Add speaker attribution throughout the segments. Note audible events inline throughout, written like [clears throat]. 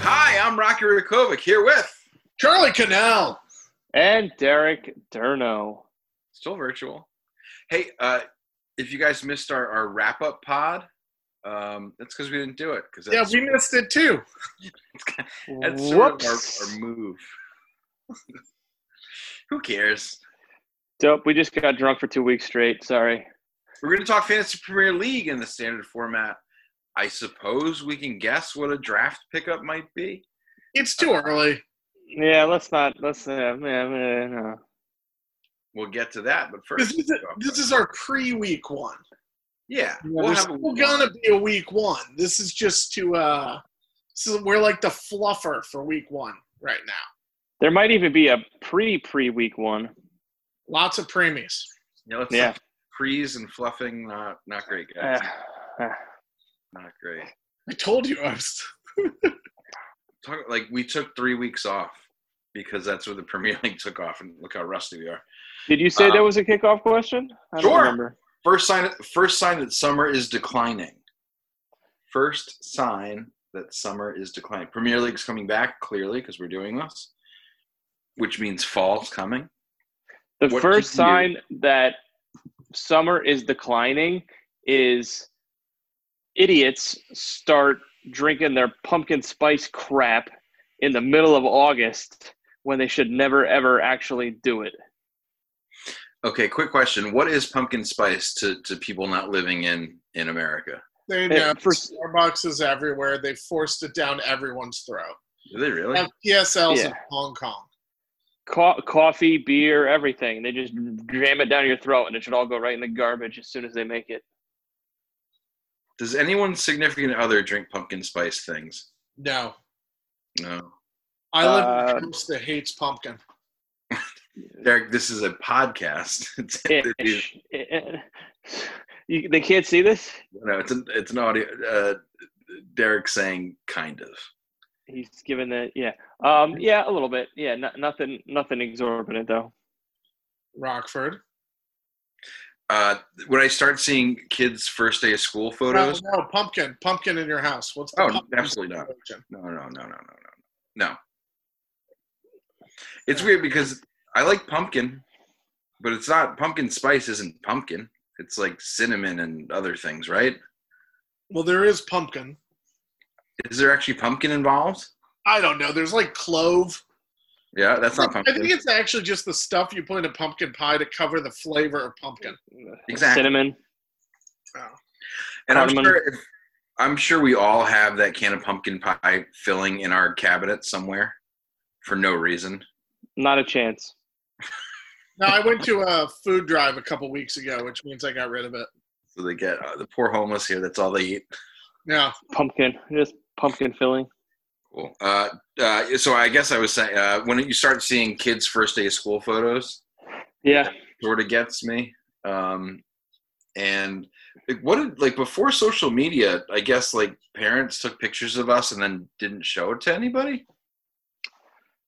Speaker 1: Hi, I'm Rocky Rakovic here with
Speaker 2: Charlie Canal.
Speaker 3: And Derek Durno.
Speaker 1: still virtual. Hey, uh, if you guys missed our, our wrap up pod, um, that's because we didn't do it. Because
Speaker 2: Yeah, we missed it too.
Speaker 1: that's sort of our,
Speaker 3: Whoops.
Speaker 1: our move. [laughs] Who cares?
Speaker 3: Dope. We just got drunk for two weeks straight. Sorry.
Speaker 1: We're going to talk fantasy Premier League in the standard format. I suppose we can guess what a draft pickup might be.
Speaker 2: It's too early.
Speaker 3: Yeah, let's not. Let's. Uh, yeah, yeah, no.
Speaker 1: We'll get to that, but
Speaker 2: This
Speaker 1: first,
Speaker 2: is this is our pre-week one.
Speaker 1: yeah, we'll
Speaker 2: We're
Speaker 1: have a-
Speaker 2: still gonna be a week one. This is just to uh, this is, we're like the fluffer for week one right now.
Speaker 3: There might even be a pre pre week one.
Speaker 2: Lots of premies.
Speaker 1: Yeah, let's
Speaker 3: Yeah.
Speaker 1: freeze and fluffing. Not not great, guys.
Speaker 3: Ah, ah.
Speaker 1: Not great.
Speaker 2: I told you I was.
Speaker 1: talk like we took three weeks off because that's where the Premier [laughs] League took off, and look how rusty we are.
Speaker 3: [sighs] Did you say
Speaker 1: Um,
Speaker 3: there was a kickoff question? I
Speaker 1: sure.
Speaker 3: don't remember.
Speaker 1: First sign, first sign that summer is declining. First sign that summer is declining. Premier League's coming back clearly because we're doing this, which means fall's coming.
Speaker 3: The
Speaker 1: What
Speaker 3: first
Speaker 1: did you-
Speaker 3: sign that summer is declining is idiots start drinking their pumpkin spice crap in the middle of August when they should never ever actually do it.
Speaker 1: Okay, quick question: What is pumpkin spice to to people not living in in America?
Speaker 2: They
Speaker 3: Yeah,
Speaker 2: know
Speaker 3: first-
Speaker 2: Starbucks is everywhere. They forced it down everyone's throat.
Speaker 1: Do they really?
Speaker 2: Have PSLs in
Speaker 3: Yeah.
Speaker 2: Hong Kong.
Speaker 3: Co- coffee, beer, everything. They just jam it down your throat, and it should all go right in the garbage as soon as they make it.
Speaker 1: Does anyone's significant other drink pumpkin spice things?
Speaker 2: No,
Speaker 1: No.
Speaker 2: I live in
Speaker 3: Uh,
Speaker 2: a house that hates pumpkin.
Speaker 1: Derek, this is a podcast. [laughs] It's, it's-
Speaker 3: Ish. Eh, eh. [laughs] You- they can't see this.
Speaker 1: No, it's an it's an audio. Uh, Derek saying kind of.
Speaker 3: He's given the yeah, um, yeah, a little bit. Yeah, no, nothing, nothing exorbitant though.
Speaker 2: Rockford.
Speaker 1: Uh, when I start seeing kids' first day of school
Speaker 2: No,
Speaker 1: photos,
Speaker 2: no, pumpkin, pumpkin in your house. What's the
Speaker 1: Oh,
Speaker 2: pumpkin
Speaker 1: absolutely not.
Speaker 2: situation?
Speaker 1: no, no, no, no, no, no, no. It's weird because I like pumpkin, but it's not pumpkin spice. Isn't pumpkin? It's like cinnamon and other things, right?
Speaker 2: Well, there is pumpkin.
Speaker 1: Is there actually pumpkin involved?
Speaker 2: I don't know. There's like clove.
Speaker 1: Yeah, that's not
Speaker 2: I think
Speaker 1: pumpkin.
Speaker 2: it's actually just the stuff you put in a pumpkin pie to cover the flavor of pumpkin.
Speaker 1: Exactly.
Speaker 3: Cinnamon.
Speaker 1: And I'm
Speaker 3: cardamom.
Speaker 1: sure, if, I'm sure we all have that can of pumpkin pie filling in our cabinet somewhere for no reason.
Speaker 3: Not a chance.
Speaker 2: Now, I went to a food drive a couple weeks ago, which means I got rid of it.
Speaker 1: So they get uh, the poor homeless here. That's all they eat.
Speaker 2: Yeah.
Speaker 3: Pumpkin. Just pumpkin filling.
Speaker 1: Cool. Uh, uh, so I guess I was saying uh, when you start seeing kids' first day of school photos,
Speaker 3: Yeah.
Speaker 1: sort of gets me. Um, and like, what did like before social media? I guess like parents took pictures of us and then didn't show it to anybody.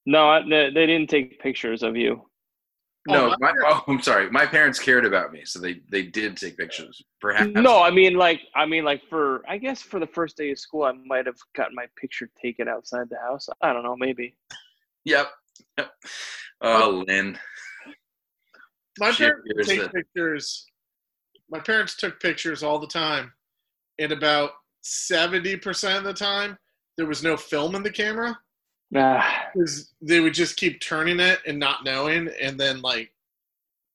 Speaker 3: No, I, they, they didn't take pictures of you.
Speaker 1: No,
Speaker 2: Oh,
Speaker 1: my, [laughs] oh, I'm sorry. My parents cared about me, so they they did take pictures. Perhaps
Speaker 3: No, I mean like I mean like for I guess for the first day of school I might have gotten my picture taken outside the house. I don't know, maybe.
Speaker 1: Yep. Yep. Oh, Lynn.
Speaker 2: My
Speaker 1: Shit,
Speaker 2: parents
Speaker 1: here's
Speaker 2: take
Speaker 1: the-
Speaker 2: pictures. My parents took pictures all the time. And about 70% of the time, there was no film in the camera
Speaker 3: Ah,
Speaker 2: because they would just keep turning it and not knowing. And then, like,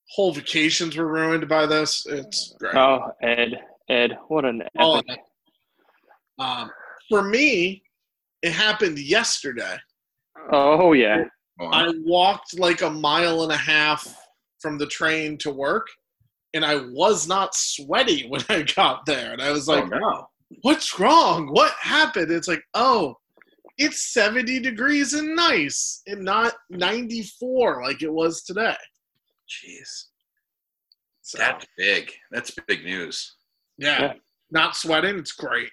Speaker 2: whole vacations were ruined by this. It's great.
Speaker 3: oh, Ed, Ed, what an
Speaker 2: Oh,
Speaker 3: epic.
Speaker 2: Um, for me, It happened yesterday.
Speaker 3: Oh yeah.
Speaker 1: Wow.
Speaker 2: I walked like a mile and a half from the train to work, and I was not sweaty [laughs] when I got there. And I was like,
Speaker 1: oh, no.
Speaker 2: what's wrong? What happened? It's like, oh, it's 70 degrees and nice and not 94 like it was today.
Speaker 1: Jeez.
Speaker 2: So,
Speaker 1: That's big. That's big news. [laughs]
Speaker 2: yeah.
Speaker 3: Yeah.
Speaker 2: Not sweating, it's great.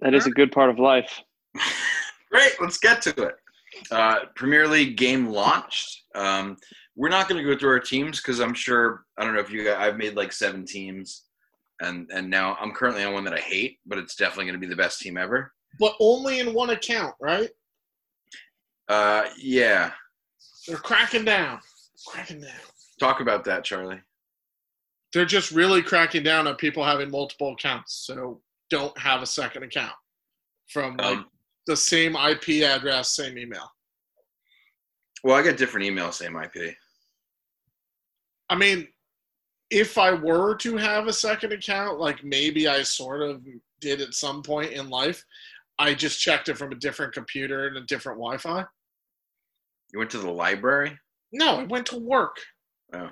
Speaker 3: That is a good part of life.
Speaker 1: Great. Let's get to it. Uh, Premier League game launched. Um, we're not going to go through our teams because I'm sure I don't know if you. guys I've made like seven teams, and and now I'm currently on one that I hate, but it's definitely going to be the best team ever.
Speaker 2: But only in one account, right?
Speaker 1: Uh, yeah.
Speaker 2: They're cracking down. Cracking down.
Speaker 1: Talk about that, Charlie.
Speaker 2: They're just really cracking down on people having multiple accounts. So don't have a second account from like,
Speaker 1: Um,
Speaker 2: the same IP address, same email.
Speaker 1: well, I get different emails, same IP.
Speaker 2: I mean, if I were to have a second account, like maybe I sort of did at some point in life, I just checked it from a different computer and a different Wi Fi.
Speaker 1: You went to the library.
Speaker 2: No, it went to work.
Speaker 1: Oh.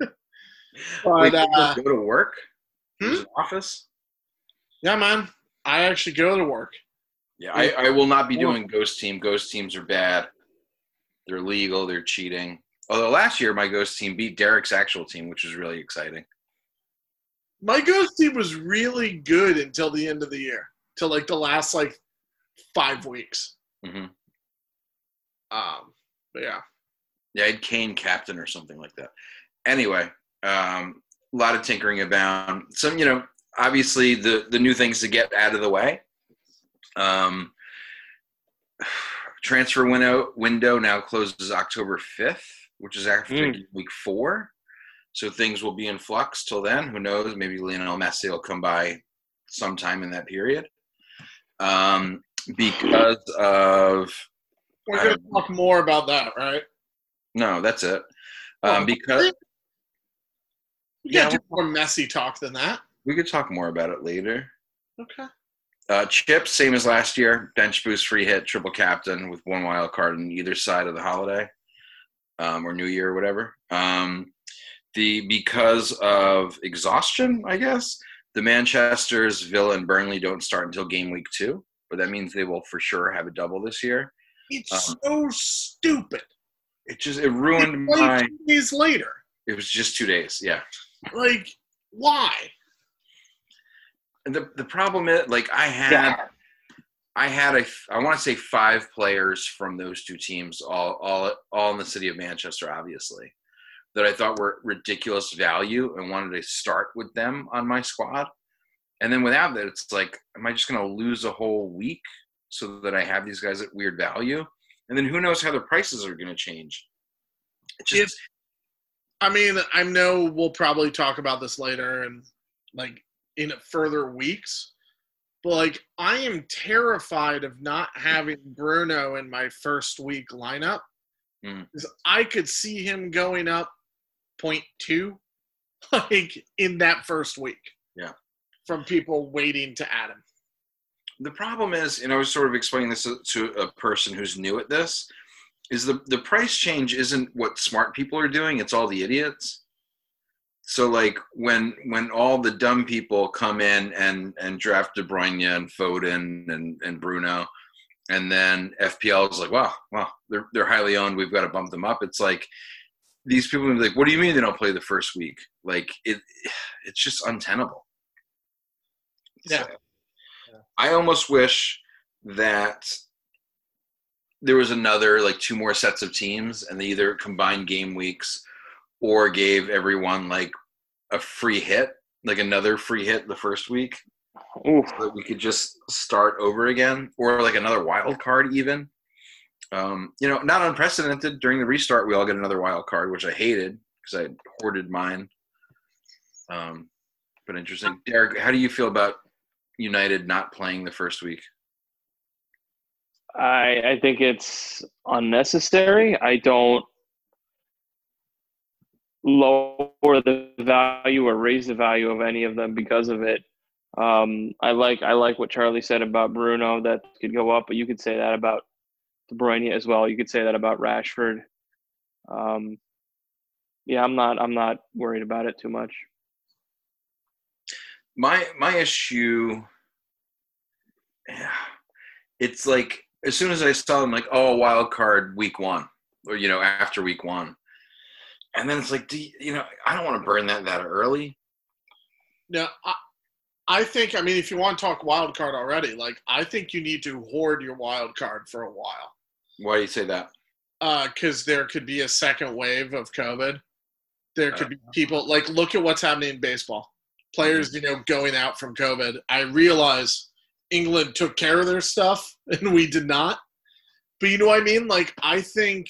Speaker 1: Wait,
Speaker 2: But
Speaker 1: you
Speaker 2: uh,
Speaker 1: go to work.
Speaker 2: hmm?
Speaker 1: There's an office.
Speaker 2: yeah, man, I actually go to work.
Speaker 1: Yeah, I, I will not be
Speaker 2: Yeah.
Speaker 1: doing ghost team. Ghost teams are bad. They're legal. They're cheating. Although last year my ghost team beat Derek's actual team, which was really exciting.
Speaker 2: My ghost team was really good until the end of the year, till like the last like five weeks.
Speaker 1: hmm
Speaker 2: Um, but yeah,
Speaker 1: Yeah, I had Kane captain or something like that. Anyway, um, a lot of tinkering about some. You know, obviously the the new things to get out of the way. Um, [sighs] transfer window window now closes October fifth, which is after
Speaker 3: Mm.
Speaker 1: week four. So things will be in flux till then. Who knows? Maybe Lionel Messi will come by sometime in that period. Um, because of
Speaker 2: we're
Speaker 1: I
Speaker 2: gonna
Speaker 1: don't-
Speaker 2: talk more about that, right?
Speaker 1: no, that's it.
Speaker 2: Oh,
Speaker 1: Um, because
Speaker 2: You yeah,
Speaker 1: Yeah.
Speaker 2: do more messy talk than that.
Speaker 1: We could talk more about it later.
Speaker 2: Okay.
Speaker 1: Uh, Chip, same as last year. Bench boost, free hit, triple captain with one wild card on either side of the holiday um, or New Year or whatever. Um, the because of exhaustion, I guess the Manchester's Villa and Burnley don't start until game week two, but that means they will for sure have a double this year.
Speaker 2: It's
Speaker 1: Um,
Speaker 2: so stupid.
Speaker 1: It just it ruined
Speaker 2: Like,
Speaker 1: my.
Speaker 2: two days later.
Speaker 1: It was just two days. Yeah.
Speaker 2: Like, why?
Speaker 1: And the the problem is like I had.
Speaker 3: Yeah.
Speaker 1: I had a I want to say five players from those two teams, all all all in the city of Manchester, obviously, that I thought were ridiculous value and wanted to start with them on my squad. And then without that, it's like, am I just going to lose a whole week so that I have these guys at weird value? And then who knows how their prices are going to change? It's just
Speaker 2: I mean, I know we'll probably talk about this later and like in further weeks, but like I am terrified of not having Bruno in my first week lineup.
Speaker 1: Mm.
Speaker 2: 'Cause I could see him going up 0.2 [laughs] like in that first week.
Speaker 1: Yeah.
Speaker 2: From people waiting to add him.
Speaker 1: the problem is, and I was sort of explaining this to- to a person who's new at this, is the the price change isn't what smart people are doing; it's all the idiots. So, like when when all the dumb people come in and and draft De Bruyne and Foden and and Bruno, and then FPL is like, wow, wow, they're they're highly owned. We've got to bump them up. It's like these people are like, what do you mean they don't play the first week? Like it, it's just untenable.
Speaker 2: Yeah.
Speaker 1: I almost wish that there was another like two more sets of teams and they either combined game weeks or gave everyone like a free hit, like another free hit the first week
Speaker 3: Oof.
Speaker 1: so that we could just start over again or like another wild card even. Um, you know, not unprecedented. During the restart, we all get another wild card, which I hated because I hoarded mine. Um, but interesting. Derek, how do you feel about United not playing the first week?
Speaker 3: I I think it's unnecessary. I don't lower the value or raise the value of any of them because of it. Um, I like I like what Charlie said about Bruno that could go up, but you could say that about De Bruyne as well. You could say that about Rashford. Um, yeah, I'm not I'm not worried about it too much.
Speaker 1: my my issue yeah, it's like as soon as i saw them like oh wild card week one or you know after week one and then it's like do you, you know i don't want to burn that that early
Speaker 2: No, I, I think I mean if you want to talk wild card already, like I think you need to hoard your wild card for a while
Speaker 1: why do you say that
Speaker 2: because uh, there could be a second wave of COVID. There could be people like look at what's happening in baseball. Players, you know, going out from COVID. I realize England took care of their stuff [laughs] and we did not. But you know what I mean? Like I think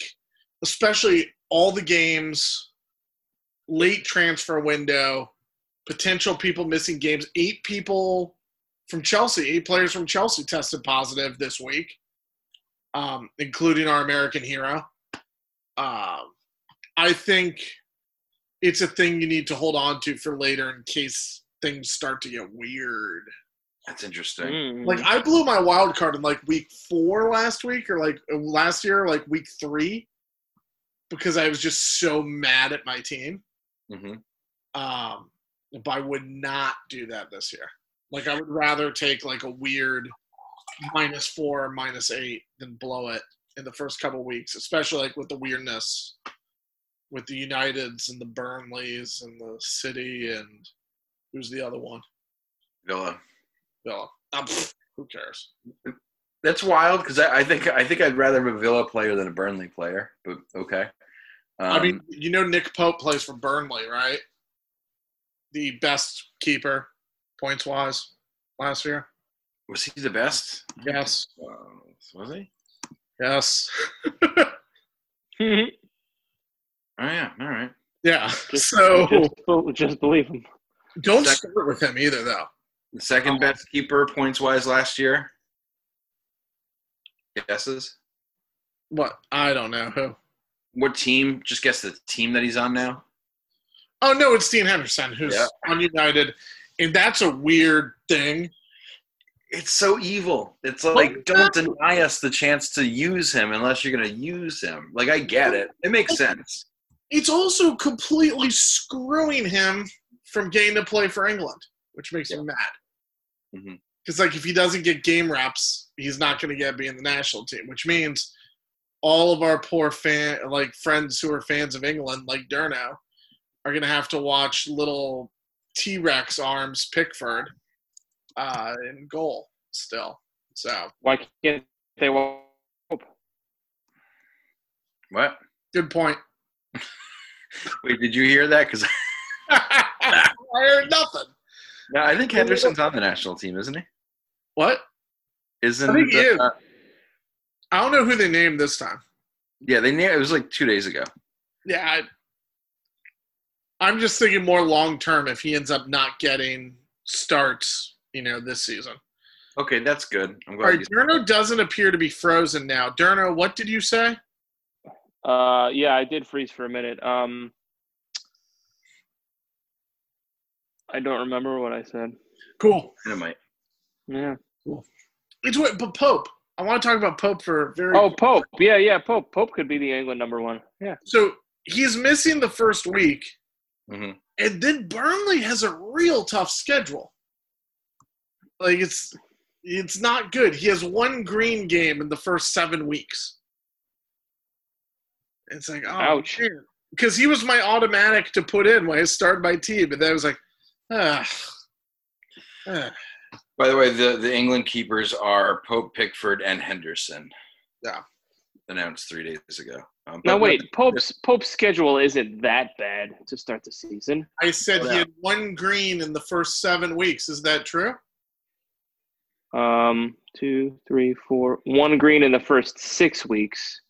Speaker 2: especially all the games, late transfer window, potential people missing games, eight people from Chelsea, eight players from Chelsea tested positive this week um, including our American hero. Um, I think it's a thing you need to hold on to for later in case things start to get weird.
Speaker 1: that's interesting
Speaker 3: Mm.
Speaker 2: Like I blew my wild card in like week four last week, or like last year, like week three, because I was just so mad at my team.
Speaker 1: hmm
Speaker 2: Um, but I would not do that this year. Like I would rather take like a weird minus four, minus eight than blow it in the first couple weeks, especially like with the weirdness with the Uniteds and the Burnleys and the City and who's the other one?
Speaker 1: villa
Speaker 2: Villa. Ah, pfft, who cares?
Speaker 1: that's wild because I, I think i think i'd rather have a villa player than a burnley player but okay um,
Speaker 2: I mean, you know Nick Pope plays for Burnley, right? The best keeper, points wise, last year.
Speaker 1: was he the best
Speaker 2: Yes.
Speaker 1: uh, was he
Speaker 2: Yes. [laughs]
Speaker 1: oh yeah all right
Speaker 2: Yeah.
Speaker 3: Just-
Speaker 2: so
Speaker 3: just, bel- just believe him.
Speaker 2: don't
Speaker 1: Second-
Speaker 2: start with him either, though.
Speaker 1: The second best keeper points wise last year. Guesses?
Speaker 2: What? I don't know who.
Speaker 1: What team? Just guess the team that he's on now.
Speaker 2: Oh no, it's Dean Henderson who's
Speaker 1: Yeah.
Speaker 2: on United, and that's a weird thing.
Speaker 1: It's so evil. It's like don't deny us the chance to use him unless you're gonna use him. Like I get it. It makes sense.
Speaker 2: It's also completely screwing him from getting to play for England, which makes me mad.
Speaker 1: Mhm.
Speaker 2: Because like, if he doesn't get game reps, he's not going to get be in the national team, which means all of our poor fan like friends who are fans of England, like Durno, are going to have to watch little T Rex arms Pickford uh, in goal still. So
Speaker 3: Why can't they walk?
Speaker 1: What?
Speaker 2: good point. [laughs]
Speaker 1: Wait, did you hear that? [laughs] Because
Speaker 2: I heard nothing.
Speaker 1: no, I think Henderson's on the national team, isn't he?
Speaker 2: What?
Speaker 1: Isn't
Speaker 2: I think he is.
Speaker 1: uh,
Speaker 2: I don't know who they named this time.
Speaker 1: yeah? They na- it was like two days ago.
Speaker 2: Yeah, I, I'm just thinking more long term if he ends up not getting starts, you know, this season.
Speaker 1: Okay, that's good. I'm
Speaker 2: All
Speaker 1: glad.
Speaker 2: right,
Speaker 1: you-
Speaker 2: Durno doesn't appear to be frozen now. Durno, what did you say?
Speaker 3: Uh, yeah, I did freeze for a minute. Um, I don't remember what I said.
Speaker 2: Cool.
Speaker 1: Dynamite.
Speaker 3: Yeah.
Speaker 2: It's what, but Pope. I want to talk about Pope for a very.
Speaker 3: Oh, Pope. Yeah, yeah, Pope. Pope could be the England number one. Yeah.
Speaker 2: So he's missing the first week,
Speaker 1: Mhm.
Speaker 2: and then Burnley has a real tough schedule. Like it's, it's not good. He has one green game in the first seven weeks. It's like, oh,
Speaker 3: Ouch.
Speaker 2: Because he was my automatic to put in when I started my team, and then I was like, ah, ah.
Speaker 1: By the way, the, the England keepers are Pope, Pickford, and Henderson.
Speaker 2: Yeah.
Speaker 1: Announced three days ago. Um,
Speaker 3: Now
Speaker 1: but-
Speaker 3: wait, Pope's Pope's schedule isn't that bad to start the season.
Speaker 2: I said
Speaker 1: Yeah.
Speaker 2: he had one green in the first seven weeks. Is that true?
Speaker 3: Um, two, three, four, one green in the first six weeks.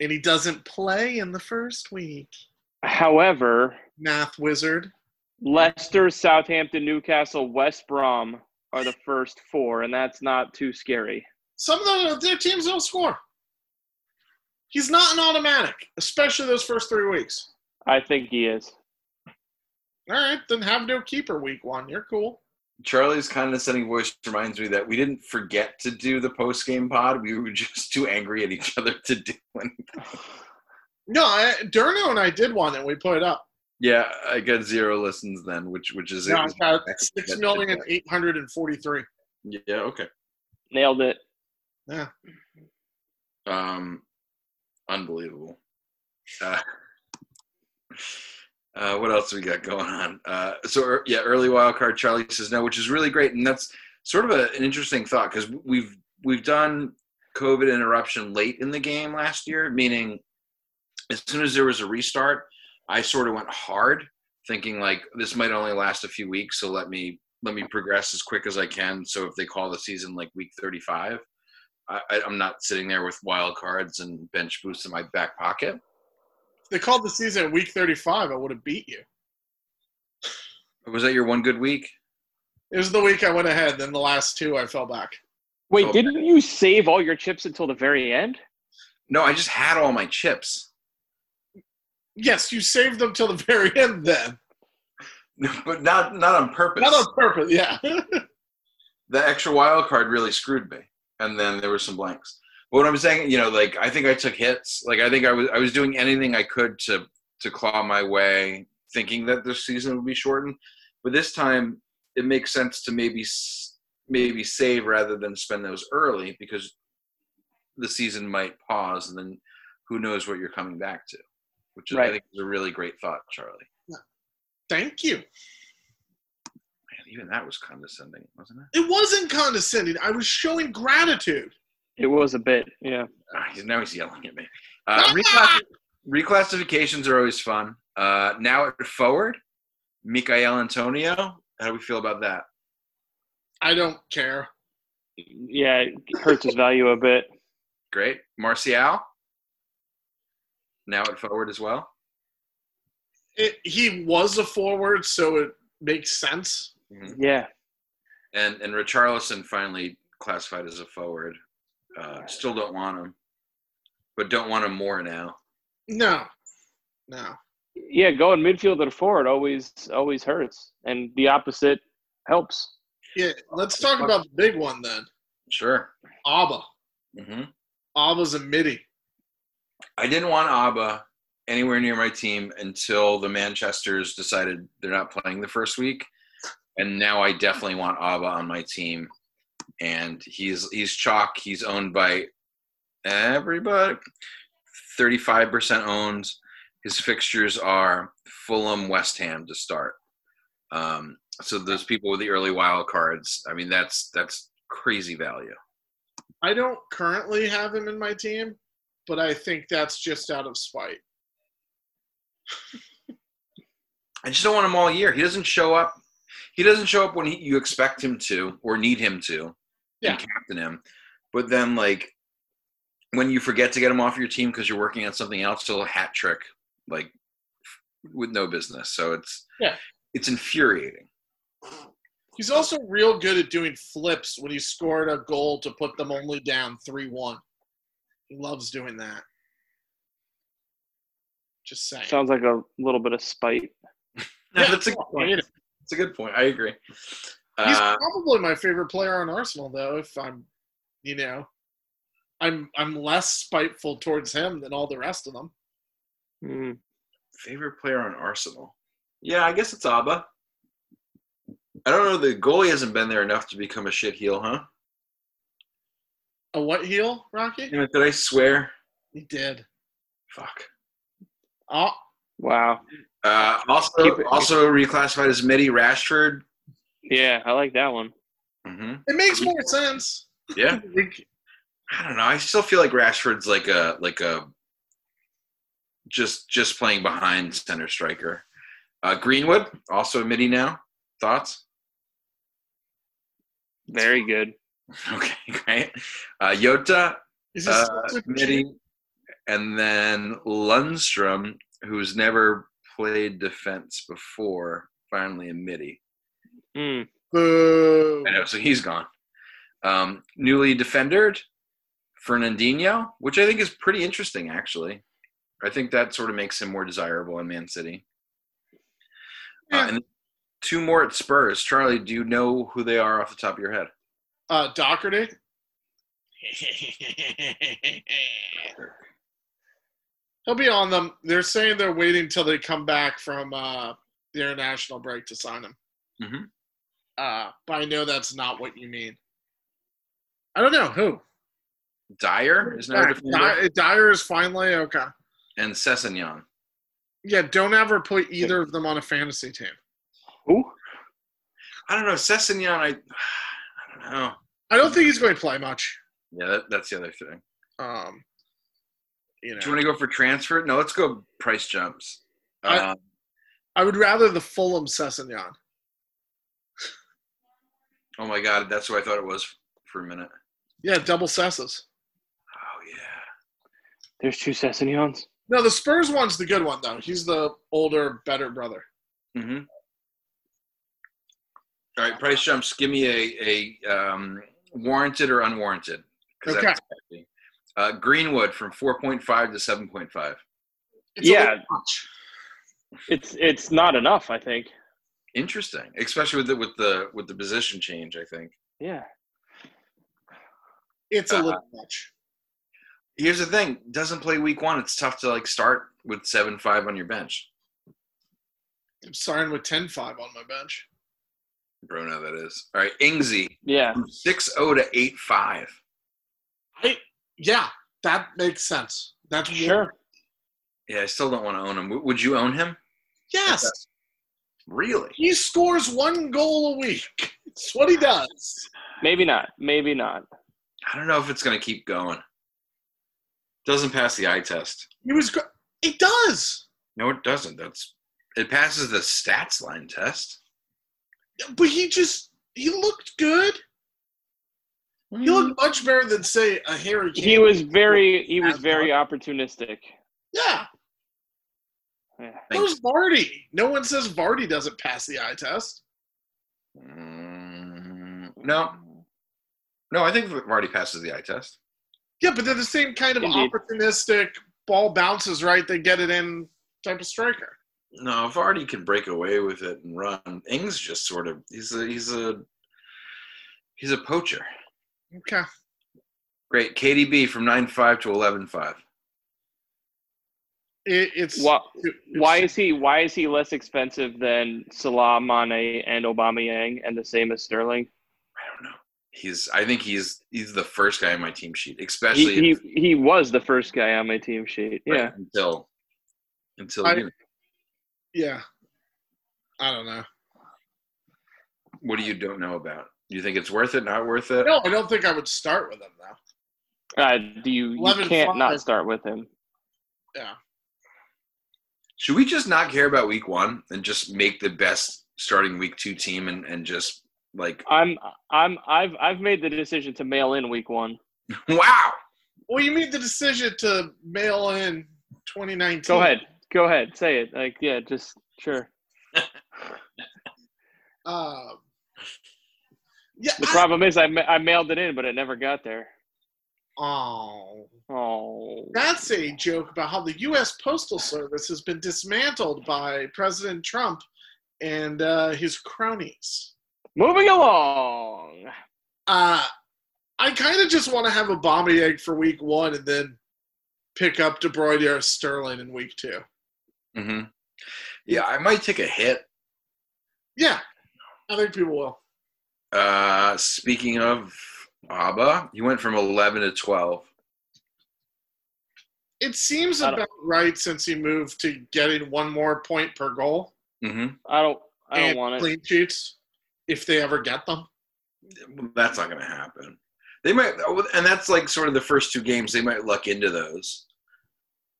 Speaker 2: And he doesn't play in the first week.
Speaker 3: However,
Speaker 2: Math wizard.
Speaker 3: Leicester, Southampton, Newcastle, West Brom are the first four, and that's not too scary.
Speaker 2: Some of the, their teams don't score. He's not an automatic, especially those first three weeks.
Speaker 3: I think he is.
Speaker 2: All right, then have no keeper week one. You're cool.
Speaker 1: Charlie's condescending voice reminds me that we didn't forget to do the post game pod. We were just too angry at each other to do anything.
Speaker 2: No, I, Durno and I did one, and we put it up.
Speaker 1: Yeah, I got zero listens then, which which is
Speaker 2: No, I've got
Speaker 1: that's-
Speaker 2: six
Speaker 1: that's-
Speaker 2: million eight hundred and forty-three.
Speaker 1: yeah okay.
Speaker 3: Nailed it.
Speaker 2: Yeah.
Speaker 1: Um, unbelievable. Uh, [laughs] uh, what else we got going on? Uh, so er, yeah, early wild card. Charlie says no, which is really great, and that's sort of a, an interesting thought because we've we've done COVID interruption late in the game last year, meaning as soon as there was a restart, I sort of went hard, thinking like this might only last a few weeks, so let me let me progress as quick as I can. So if they call the season like week thirty five. I, I- I'm not sitting there with wild cards and bench boosts in my back pocket.
Speaker 2: If They called the season at week thirty-five. I would have beat you.
Speaker 1: Was that your one good week?
Speaker 2: It was the week I went ahead. Then the last two, I fell back.
Speaker 3: Wait,
Speaker 1: So-
Speaker 3: didn't you save all your chips until the very end?
Speaker 1: No, I just had all my chips. [laughs]
Speaker 2: Yes, you saved them till the [laughs] very end. Then
Speaker 1: but not not on purpose.
Speaker 2: not on purpose. Yeah. [laughs]
Speaker 1: the extra wild card really screwed me. And then there were some blanks. But what I'm saying, you know, like I think I took hits. Like I think I was I was doing anything I could to to claw my way, thinking that the season would be shortened. But this time, it makes sense to maybe s- maybe save rather than spend those early because the season might pause, and then who knows what you're coming back to. Which is, I
Speaker 3: Right.
Speaker 1: think is a really great thought, Charlie.
Speaker 2: Thank you.
Speaker 1: Man, even that was condescending, wasn't it?
Speaker 2: It wasn't condescending. I was showing gratitude.
Speaker 3: It was a bit, yeah.
Speaker 1: Ah, he's- now he's yelling at me. Uh, reclassi- reclassifications are always fun. Uh, now at forward, Mikael Antonio. How do we feel about that?
Speaker 2: I don't care.
Speaker 3: Yeah, it hurts his value a bit.
Speaker 1: Great. Marcial. Now at forward as well.
Speaker 2: It, he was a forward, so it makes sense.
Speaker 3: Yeah.
Speaker 1: And and Richarlison finally classified as a forward. Uh, still don't want him, but don't want him more now.
Speaker 2: No, no.
Speaker 3: Yeah, going midfield and forward always always hurts. And the opposite helps.
Speaker 2: Yeah, let's talk about the big one then.
Speaker 1: Sure.
Speaker 2: Abba.
Speaker 1: hmm
Speaker 2: Abba's a midi.
Speaker 1: I didn't want Abba anywhere near my team until the Manchester's decided they're not playing the first week, and now I definitely want Abba on my team. And he's he's chalk. He's owned by everybody. Thirty-five percent owned. His fixtures are Fulham, West Ham to start. Um, so those people with the early wild cards. I mean, that's that's crazy value.
Speaker 2: I don't currently have him in my team, but I think that's just out of spite.
Speaker 1: I just don't want him all year. He doesn't show up. He doesn't show up when he, you expect him to or need him to.
Speaker 2: Yeah.
Speaker 1: And captain him. But then, like, when you forget to get him off your team because you're working on something else, he'll hat trick, like, with no business. So it's
Speaker 2: Yeah.
Speaker 1: it's infuriating.
Speaker 2: He's also real good at doing flips when he scored a goal to put them only down 3 1. He loves doing that. Just saying.
Speaker 3: Sounds like a little bit of spite.
Speaker 1: No,
Speaker 2: Yeah,
Speaker 1: that's a
Speaker 2: I
Speaker 1: good
Speaker 2: hate
Speaker 1: point.
Speaker 2: it.
Speaker 1: That's a good point. I agree.
Speaker 2: He's
Speaker 1: Uh,
Speaker 2: probably my favorite player on Arsenal, though. If I'm, you know, I'm I'm less spiteful towards him than all the rest of them.
Speaker 3: Hmm.
Speaker 1: favorite player on Arsenal. Yeah, I guess it's Abba. I don't know. The goalie hasn't been there enough to become a shit heel, huh?
Speaker 2: A what heel, Rocky?
Speaker 1: Damn it, Did I swear?
Speaker 2: He did.
Speaker 1: Fuck.
Speaker 2: Oh,
Speaker 3: Wow.
Speaker 1: Uh, also,
Speaker 3: Keep it-
Speaker 1: also reclassified as Mitty Rashford.
Speaker 3: Yeah, I like that one. Mm-hmm.
Speaker 1: hmm
Speaker 2: it makes more sense. [laughs]
Speaker 1: Yeah, I don't know. I still feel like Rashford's like a like a just just playing behind center striker. Uh, Greenwood also a Mitty now. Thoughts? [laughs]
Speaker 3: Very good.
Speaker 1: Okay, great. Uh, Yota,
Speaker 2: He's a
Speaker 1: uh,
Speaker 2: such a
Speaker 1: Mitty, and then Lundstrom, who's never played defense before, finally a Mitty.
Speaker 3: Hmm.
Speaker 2: boo.
Speaker 1: I know, so he's gone. Um, newly defendered, Fernandinho, which I think is pretty interesting, actually. I think that sort of makes him more desirable in Man City.
Speaker 2: Yeah.
Speaker 1: Uh, and two more at Spurs. Charlie, do you know who they are off the top of your head?
Speaker 2: Uh, Doherty. [laughs] He'll be on them. They're saying they're waiting until they come back from uh, the international break to sign him.
Speaker 1: Mhm.
Speaker 2: Uh, but I know that's not what you mean. I don't know who.
Speaker 1: Dyer is now a
Speaker 2: Yeah,
Speaker 1: defender.
Speaker 2: Di- Dyer is finally okay.
Speaker 1: And Sessignon.
Speaker 2: Yeah, don't ever put either of them on a fantasy team.
Speaker 3: Who?
Speaker 1: I don't know. Sessignon, I, [sighs] I don't know.
Speaker 2: I don't think he's going to play much.
Speaker 1: Yeah, that, that's the other thing.
Speaker 2: Um, you know,
Speaker 1: Do you want to go for transfer? No, let's go price jumps.
Speaker 2: I-
Speaker 1: Uh,
Speaker 2: I would rather the Fulham Sessignon.
Speaker 1: oh my God, that's what I thought it was for a minute.
Speaker 2: Yeah, double Sesses.
Speaker 1: Oh yeah.
Speaker 3: There's two Sessignons.
Speaker 2: No, the Spurs one's the good one though. He's the older, better brother.
Speaker 1: Mm-hmm. All right, price jumps. Give me a a um, warranted or unwarranted. 'cause
Speaker 2: Okay.
Speaker 1: that's hefty. Uh, Greenwood from four point five to seven point five.
Speaker 2: a
Speaker 3: Yeah.
Speaker 2: little much.
Speaker 3: It's it's not enough, I think.
Speaker 1: Interesting, especially with the with the with the position change. I think.
Speaker 3: Yeah.
Speaker 2: it's a
Speaker 1: Uh,
Speaker 2: little much.
Speaker 1: Here's the thing: doesn't play week one. It's tough to like start with seven five on your bench,
Speaker 2: I'm starting with 10-5 on my bench.
Speaker 1: Bruno. That is all right. Ingsy
Speaker 3: Yeah.
Speaker 1: from six zero to eight five.
Speaker 2: Yeah, that makes sense. That's warm.
Speaker 3: Sure.
Speaker 1: Yeah, I still don't want to own him. W- Would you own him?
Speaker 2: Yes,
Speaker 1: Really?
Speaker 2: he scores one goal a week. It's what he does.
Speaker 3: Maybe not. Maybe not.
Speaker 1: I don't know if it's going to keep going. Doesn't pass the eye test.
Speaker 2: He was. gr- It does,
Speaker 1: No, it doesn't. That's it passes the stats line test.
Speaker 2: but he just he looked good. He looked much better than say a Harry Kane.
Speaker 3: He was very he was very opportunistic.
Speaker 2: yeah.
Speaker 3: Yeah.
Speaker 1: Thanks.
Speaker 2: Where's Vardy? No one says Vardy doesn't pass the eye test.
Speaker 1: Mm, no, no, I think Vardy passes the eye test.
Speaker 2: Yeah, but they're the same kind of
Speaker 3: Indeed.
Speaker 2: opportunistic ball bounces right. They get it in type of striker.
Speaker 1: No, Vardy can break away with it and run. Ings just sort of he's a he's a he's a poacher.
Speaker 2: Okay.
Speaker 1: Great, KDB from nine five to eleven five.
Speaker 2: It, it's
Speaker 3: Why,
Speaker 2: it's-
Speaker 3: why is he why is he less expensive than Salah, Mane, and Aubameyang, and the same as Sterling?
Speaker 1: I don't know. He's I think he's he's the first guy on my team sheet, especially
Speaker 3: He, he he was the first guy on my team sheet.
Speaker 1: right,
Speaker 3: Yeah.
Speaker 1: until until
Speaker 2: I-
Speaker 1: you.
Speaker 2: Yeah. I don't know.
Speaker 1: What do you don't know about? You think it's worth it? Not worth it?
Speaker 2: No, I don't think I would start with him though.
Speaker 3: Uh, do you you
Speaker 2: 11-5.
Speaker 3: can't not start with him?
Speaker 2: Yeah.
Speaker 1: Should we just not care about week one and just make the best starting week two team and, and just like [laughs]
Speaker 3: I'm I'm I've I've made the decision to mail in week one.
Speaker 1: wow?
Speaker 2: Well, you made the decision to mail in 2019.
Speaker 3: Go ahead. Go ahead. Say it. Like yeah, just sure.
Speaker 2: Um, yeah.
Speaker 3: The
Speaker 2: I-
Speaker 3: problem is I ma- I mailed it in, but it never got there.
Speaker 2: oh,
Speaker 3: Oh.
Speaker 2: that's a joke about how the U.S. Postal Service has been dismantled by President Trump and uh, his cronies.
Speaker 3: Moving along.
Speaker 2: Uh, I kind of just want to have a bombing egg for week one and then pick up De Bruyne or Sterling in week two.
Speaker 1: hmm Yeah, I might take a hit.
Speaker 2: Yeah, I think people will.
Speaker 1: Uh, speaking of Abba, you went from eleven to twelve.
Speaker 2: It seems
Speaker 3: I don't-
Speaker 2: about right since he moved to getting one more point per goal
Speaker 1: hmm
Speaker 3: I don't I don't
Speaker 2: and
Speaker 3: want it.
Speaker 2: clean sheets if they ever get them.
Speaker 1: That's not going to happen. They might, and that's like sort of the first two games. They might luck into those.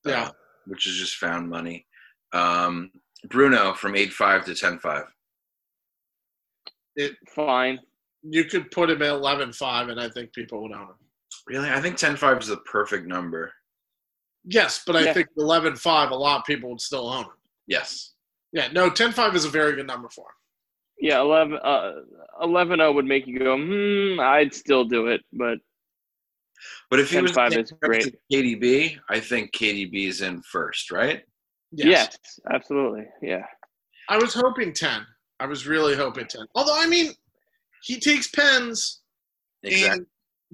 Speaker 2: Yeah.
Speaker 1: Uh, which is just found money. Um, Bruno from eight five to ten five.
Speaker 3: Fine.
Speaker 2: You could put him at 11 5, and I think people would own him.
Speaker 1: Really, I think ten five is the perfect number.
Speaker 2: Yes, but I
Speaker 3: Yeah.
Speaker 2: think 11 5, a lot of people would still own him.
Speaker 1: Yes.
Speaker 2: Yeah, no, 10 5 is a very good number for him.
Speaker 3: Yeah, 11 uh, 11 0 would make you go, hmm, I'd still do it, but
Speaker 1: But if he was
Speaker 3: 10-5 is great.
Speaker 1: next to KDB, I think KDB is in first, right?
Speaker 3: yes, absolutely. Yeah.
Speaker 2: I was hoping ten. I was really hoping ten. Although I mean, he takes pens,
Speaker 1: Exactly.
Speaker 2: and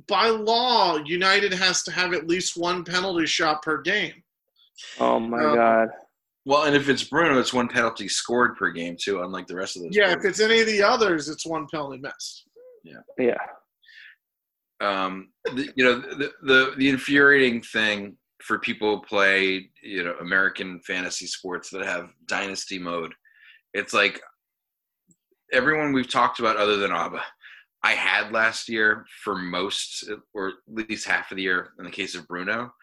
Speaker 2: by law, United has to have at least one penalty shot per game.
Speaker 3: Oh my
Speaker 2: Um,
Speaker 3: god.
Speaker 1: Well, and if it's Bruno, it's one penalty scored per game too, unlike the rest of those.
Speaker 2: Yeah, if
Speaker 1: players.
Speaker 2: it's any of the others, it's one penalty missed.
Speaker 3: Yeah.
Speaker 1: um, the, you know the, the the infuriating thing for people who play you know American fantasy sports that have dynasty mode, it's like everyone we've talked about other than Abba, I had last year for most or at least half of the year in the case of Bruno,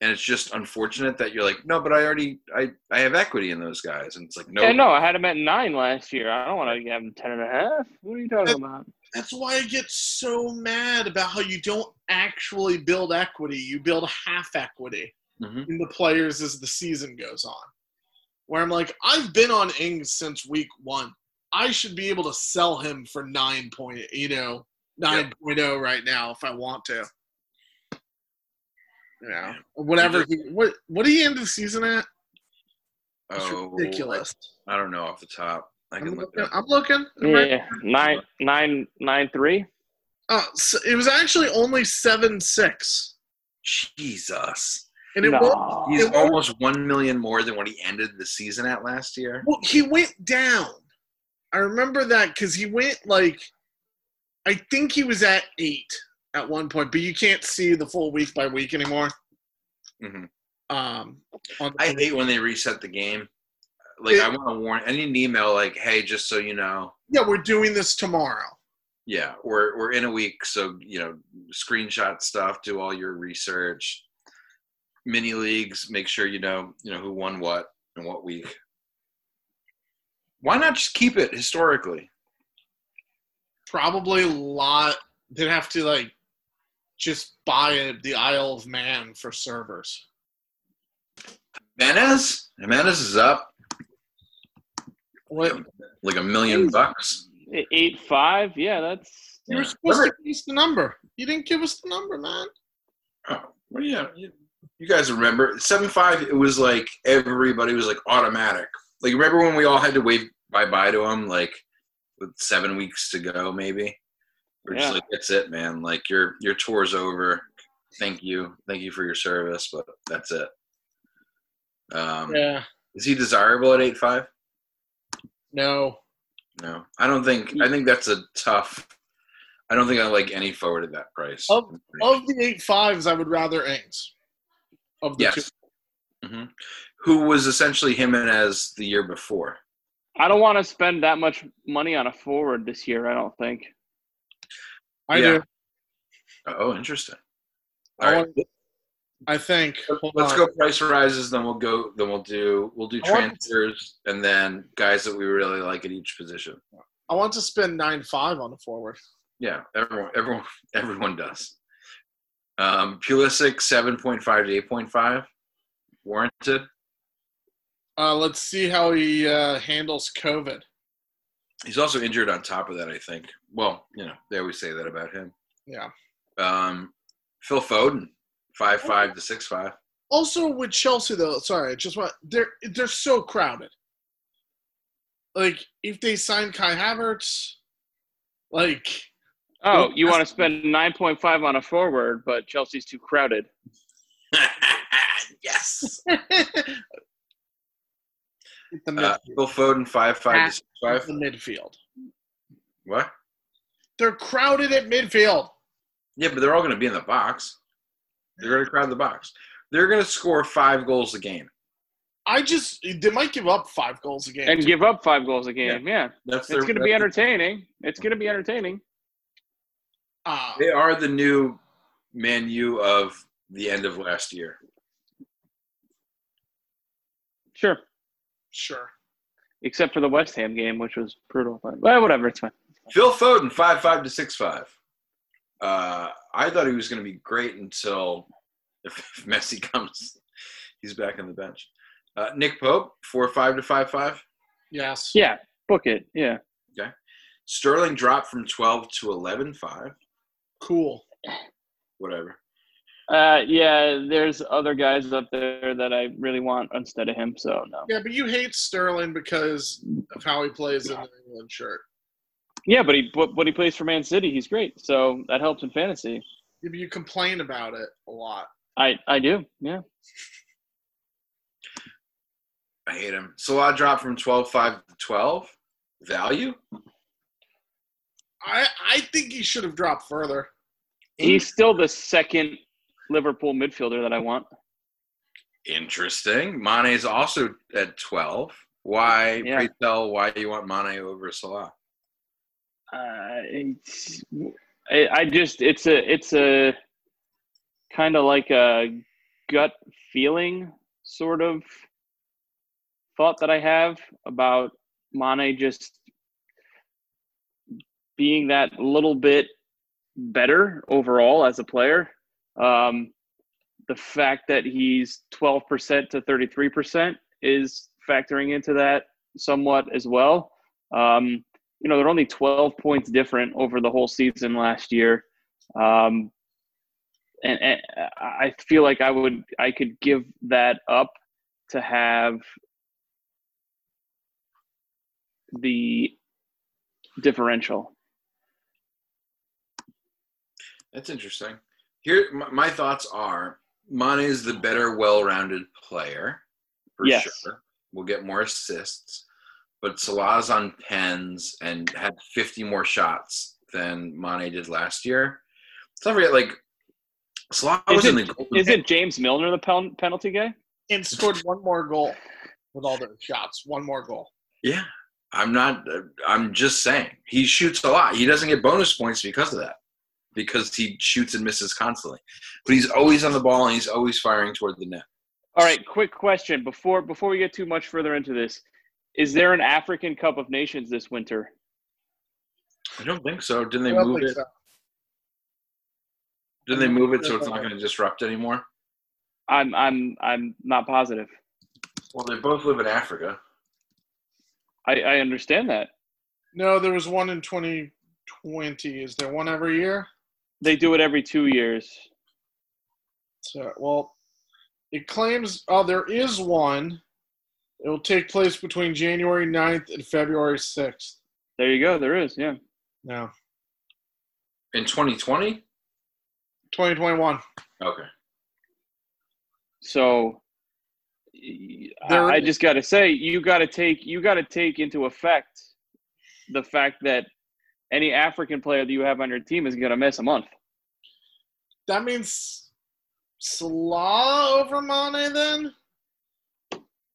Speaker 1: and it's just unfortunate that you're like no, but I already I I have equity in those guys, and it's like no,
Speaker 3: Yeah, no, I had him at nine last year. I don't want to have him ten and a half. What are you talking about?
Speaker 2: That's why I get so mad about how you don't actually build equity. You build half equity
Speaker 1: Mhm.
Speaker 2: in the players as the season goes on. Where I'm like, I've been on Ings since week one. I should be able to sell him for nine point, you know, nine oh right now if I want to. Yeah, whatever. He, what what are you end the season at? That's
Speaker 1: oh,
Speaker 2: ridiculous.
Speaker 1: I, don't know off the top. I can
Speaker 2: I'm
Speaker 1: look
Speaker 2: looking.
Speaker 1: that up.
Speaker 2: I'm looking.
Speaker 3: Yeah, nine, nine, nine, three.
Speaker 2: Uh, so it was actually only seven six,
Speaker 1: Jesus.
Speaker 2: and it
Speaker 3: no.
Speaker 2: was
Speaker 1: He's
Speaker 2: It
Speaker 1: almost one million more than what he ended the season at last year.
Speaker 2: Well, he went down. I remember that because he went like, I think he was at eight at one point, but you can't see the full week by week anymore.
Speaker 1: Mhm.
Speaker 2: Um, on
Speaker 1: I hate when they reset the game. Like I want to warn. I need an email like, "Hey, just so you know,
Speaker 2: yeah, we're doing this tomorrow.
Speaker 1: yeah, we're we're in a week, so you know, screenshot stuff, do all your research, mini leagues, make sure you know you know who won what and what week." Why not just keep it historically?
Speaker 2: Probably a lot. They'd have to like just buy it, the Isle of Man for servers.
Speaker 1: Jimenez, Jimenez is up
Speaker 2: What
Speaker 1: like a million bucks.
Speaker 3: E, Eight five. Yeah, that's.
Speaker 2: you were
Speaker 1: Yeah.
Speaker 2: supposed to give us the number. You didn't give us the number, man.
Speaker 1: Oh, well, yeah. You, you guys remember seven five? It was like everybody was like automatic. Like remember when we all had to wave bye bye to him, like with seven weeks to go, maybe. We're
Speaker 3: Yeah.
Speaker 1: just like, that's it, man. Like your your tour's over. Thank you, thank you for your service, but that's it. Um,
Speaker 2: Yeah.
Speaker 1: Is he desirable at eight five?
Speaker 2: No.
Speaker 1: No, I don't think. I think that's a tough. I don't think I like any forward at that price.
Speaker 2: Of- Of the eight fives, I would rather Ings. Of the two.
Speaker 1: Yes. hmm Who was essentially Jimenez the year before?
Speaker 3: I don't want to spend that much money on a forward this year. I don't think.
Speaker 2: I
Speaker 1: Yeah.
Speaker 2: do.
Speaker 1: Oh, interesting.
Speaker 2: I
Speaker 1: All right,
Speaker 2: I think. Hold
Speaker 1: let's
Speaker 2: on.
Speaker 1: go price rises. Then we'll go. Then we'll do. We'll do
Speaker 2: I want-
Speaker 1: transfers, and then guys that we really like at each position.
Speaker 2: I want to spend nine five on the forward.
Speaker 1: Yeah, everyone, everyone, [laughs] everyone does. Um, Pulisic seven point five to eight point five, warranted.
Speaker 2: Uh, let's see how he uh, handles COVID.
Speaker 1: He's also injured on top of that. I think. Well, you know, they always say that about him.
Speaker 2: Yeah.
Speaker 1: Um, Phil Foden five five to six five. [laughs]
Speaker 2: Also with Chelsea though, sorry, I just want they're they're so crowded. Like if they sign Kai Havertz, like
Speaker 3: Oh, you want to spend nine point five on a forward, but Chelsea's too crowded.
Speaker 1: yes.
Speaker 2: [laughs] the, mid-
Speaker 1: Uh, Phil Foden five five to six five.
Speaker 2: the midfield.
Speaker 1: What?
Speaker 2: They're crowded at midfield.
Speaker 1: Yeah, but they're all going to be in the box. They're going to crowd the box. They're going to score five goals a game.
Speaker 2: I just they might give up five goals a game.
Speaker 3: and give up five goals a game. Yeah,
Speaker 1: That's their,
Speaker 3: it's going to be
Speaker 1: that's-
Speaker 3: entertaining. It's going to be entertaining.
Speaker 2: uh,
Speaker 1: They are the new Man U of the end of last year.
Speaker 3: Sure,
Speaker 2: sure.
Speaker 3: except for the West Ham game, which was brutal. But well, whatever, it's fine.
Speaker 1: Phil Foden five five to six five. Uh, I thought he was going to be great until [laughs] if Messi comes, he's back on the bench. Uh, Nick Pope four five to five five.
Speaker 2: Yes.
Speaker 3: Yeah, book it. Yeah,
Speaker 1: Sterling dropped from twelve to eleven five.
Speaker 2: Cool.
Speaker 1: whatever.
Speaker 3: Uh, yeah, there's other guys up there that I really want instead of him. So no.
Speaker 2: Yeah, but you hate Sterling because of how he plays in the England shirt.
Speaker 3: Yeah, but he but, but he plays for Man City. He's great, so that helps in fantasy.
Speaker 2: Yeah, but You complain about it a lot.
Speaker 3: I I do. Yeah.
Speaker 1: I hate him. Salah dropped from 12.5 to 12. Value?
Speaker 2: I I think he should have dropped further.
Speaker 3: He's still the second Liverpool midfielder that I want.
Speaker 1: Interesting. Mane's also at 12. Why,
Speaker 3: Yeah.
Speaker 1: pray tell, why you want Mane over Salah?
Speaker 3: Uh, it's, I, I just it's a it's a kind of like a gut feeling sort of thought that I have about Mane just being that little bit better overall as a player. Um, the fact that he's 12% to 33% is factoring into that somewhat as well. Um, you know, they're only 12 points different over the whole season last year. Um, and, and I feel like I would, I could give that up to have the differential.
Speaker 1: That's interesting. Here, my, my thoughts are Mane is the better, well rounded player, for
Speaker 3: Yes.
Speaker 1: sure. We'll get more assists. But Salah's on pens and had 50 more shots than Mane did last year. Let's not forget, like, Salah was in
Speaker 3: Isn't,
Speaker 1: the golden
Speaker 3: isn't James Milner the pen, penalty guy?
Speaker 1: [laughs]
Speaker 2: And scored one more goal with all those shots. One more goal.
Speaker 1: Yeah, I'm not. I'm just saying he shoots a lot. He doesn't get bonus points because of that, because he shoots and misses constantly. But he's always on the ball and he's always firing toward the net.
Speaker 3: All right, quick question before before we get too much further into this. Is there an African Cup of Nations this winter?
Speaker 1: I don't think so. Didn't they
Speaker 2: I don't
Speaker 1: move
Speaker 2: think
Speaker 1: it?
Speaker 2: so.
Speaker 1: Didn't they move it so
Speaker 2: [laughs]
Speaker 1: it's not going to disrupt anymore?
Speaker 3: I'm I'm I'm not positive.
Speaker 1: Well, they both live in Africa.
Speaker 3: I, I understand that.
Speaker 2: No, there was one in 2020. Is there one every year?
Speaker 3: They do it every two years.
Speaker 2: So, well, it claims oh, there is one. It will take place between January 9th and February 6th.
Speaker 3: There you go. There is, yeah.
Speaker 2: No,
Speaker 1: In 2020.
Speaker 2: 2021.
Speaker 1: Okay.
Speaker 3: So y- I-
Speaker 2: There-
Speaker 3: I just got to say, you got to take you got to take into effect the fact that any African player that you have on your team is going to miss a month.
Speaker 2: That means Salah over Mane then?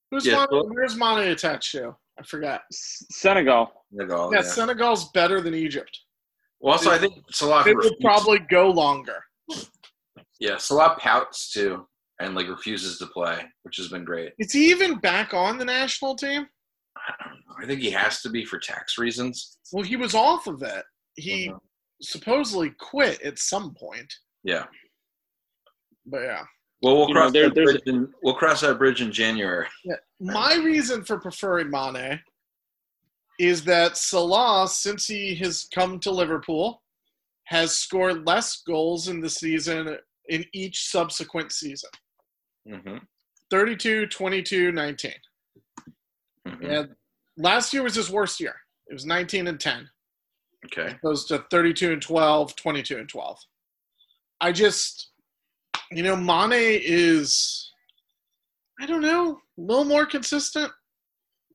Speaker 2: Who's
Speaker 1: Yeah,
Speaker 2: Mane, where's Mane attached to? I forgot.
Speaker 3: S- Senegal.
Speaker 1: Senegal,
Speaker 2: yeah,
Speaker 1: Oh, yeah.
Speaker 2: Senegal's better than Egypt.
Speaker 1: Well, also I think Salah.
Speaker 2: It will
Speaker 1: refused-
Speaker 2: probably go longer.
Speaker 1: Yeah, Salah pouts too and like refuses to play, which has been great.
Speaker 2: Is he even back on the national team?
Speaker 1: I don't know. I think he has to be for tax reasons.
Speaker 2: Well, he was off of it. He
Speaker 1: Mhm.
Speaker 2: supposedly quit at some point.
Speaker 1: Yeah.
Speaker 2: But yeah.
Speaker 1: Well, we'll
Speaker 3: You know,
Speaker 1: cross
Speaker 3: there-
Speaker 1: that
Speaker 3: there's-
Speaker 1: bridge. In, we'll cross that bridge in January.
Speaker 2: My reason for preferring Mane is that Salah, since he has come to Liverpool, has scored less goals in the season in each subsequent season
Speaker 1: Mm-hmm.
Speaker 2: 32, 22, 19.
Speaker 3: mm-hmm.
Speaker 1: Hmm.
Speaker 2: And last year was his worst year. It was 19 and 10,
Speaker 1: Okay.
Speaker 2: opposed to 32 and 12, 22 and 12. I just, you know, Mane is, I don't know, a little more consistent,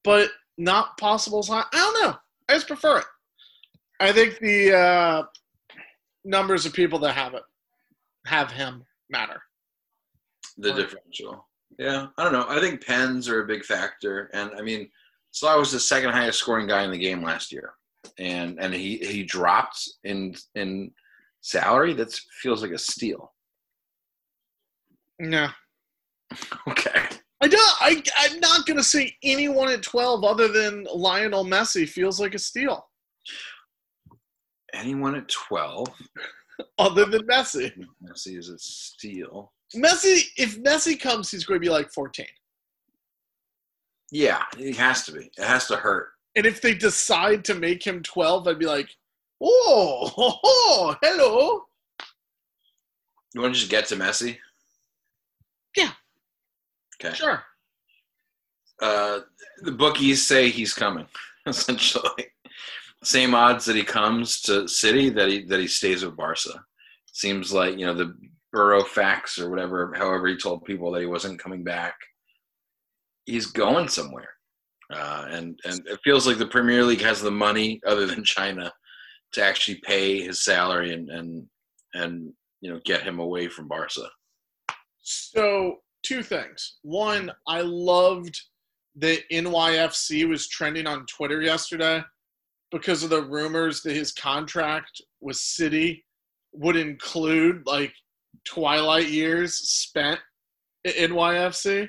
Speaker 2: but not possible. as high. I don't know. I just prefer it. I think the uh, numbers of people that have it have him matter.
Speaker 1: The
Speaker 2: Okay.
Speaker 1: differential. Yeah, I don't know. I think pens are a big factor, and I mean, Salah was the second highest scoring guy in the game last year, and and he he dropped in in salary. That feels like a steal.
Speaker 2: Yeah.
Speaker 1: Okay.
Speaker 2: I don't. I, I'm not going to say anyone at 12 other than Lionel Messi feels like a steal.
Speaker 1: Anyone at twelve,
Speaker 2: Other than Messi.
Speaker 1: Messi is a steal.
Speaker 2: Messi, if Messi comes, he's going to be like 14.
Speaker 1: Yeah, it has to be. It has to hurt.
Speaker 2: And if they decide to make him [laughs] 12, I'd be like, oh, ho, ho, hello.
Speaker 1: You want to just get to Messi? Okay.
Speaker 2: Sure.
Speaker 1: Uh, the bookies say he's coming, [laughs] essentially. Same odds that he comes to City that he that he stays with Barca. Seems like you know the Burrow fax or whatever. However, he told people that he wasn't coming back. He's going somewhere, uh, and and it feels like the Premier League has the money, [laughs] other than China, to actually pay his salary and and and you know get him away from Barca.
Speaker 2: So, two things. One, I loved that NYFC was trending on Twitter yesterday because of the rumors that his contract with City would include like twilight years spent at NYFC.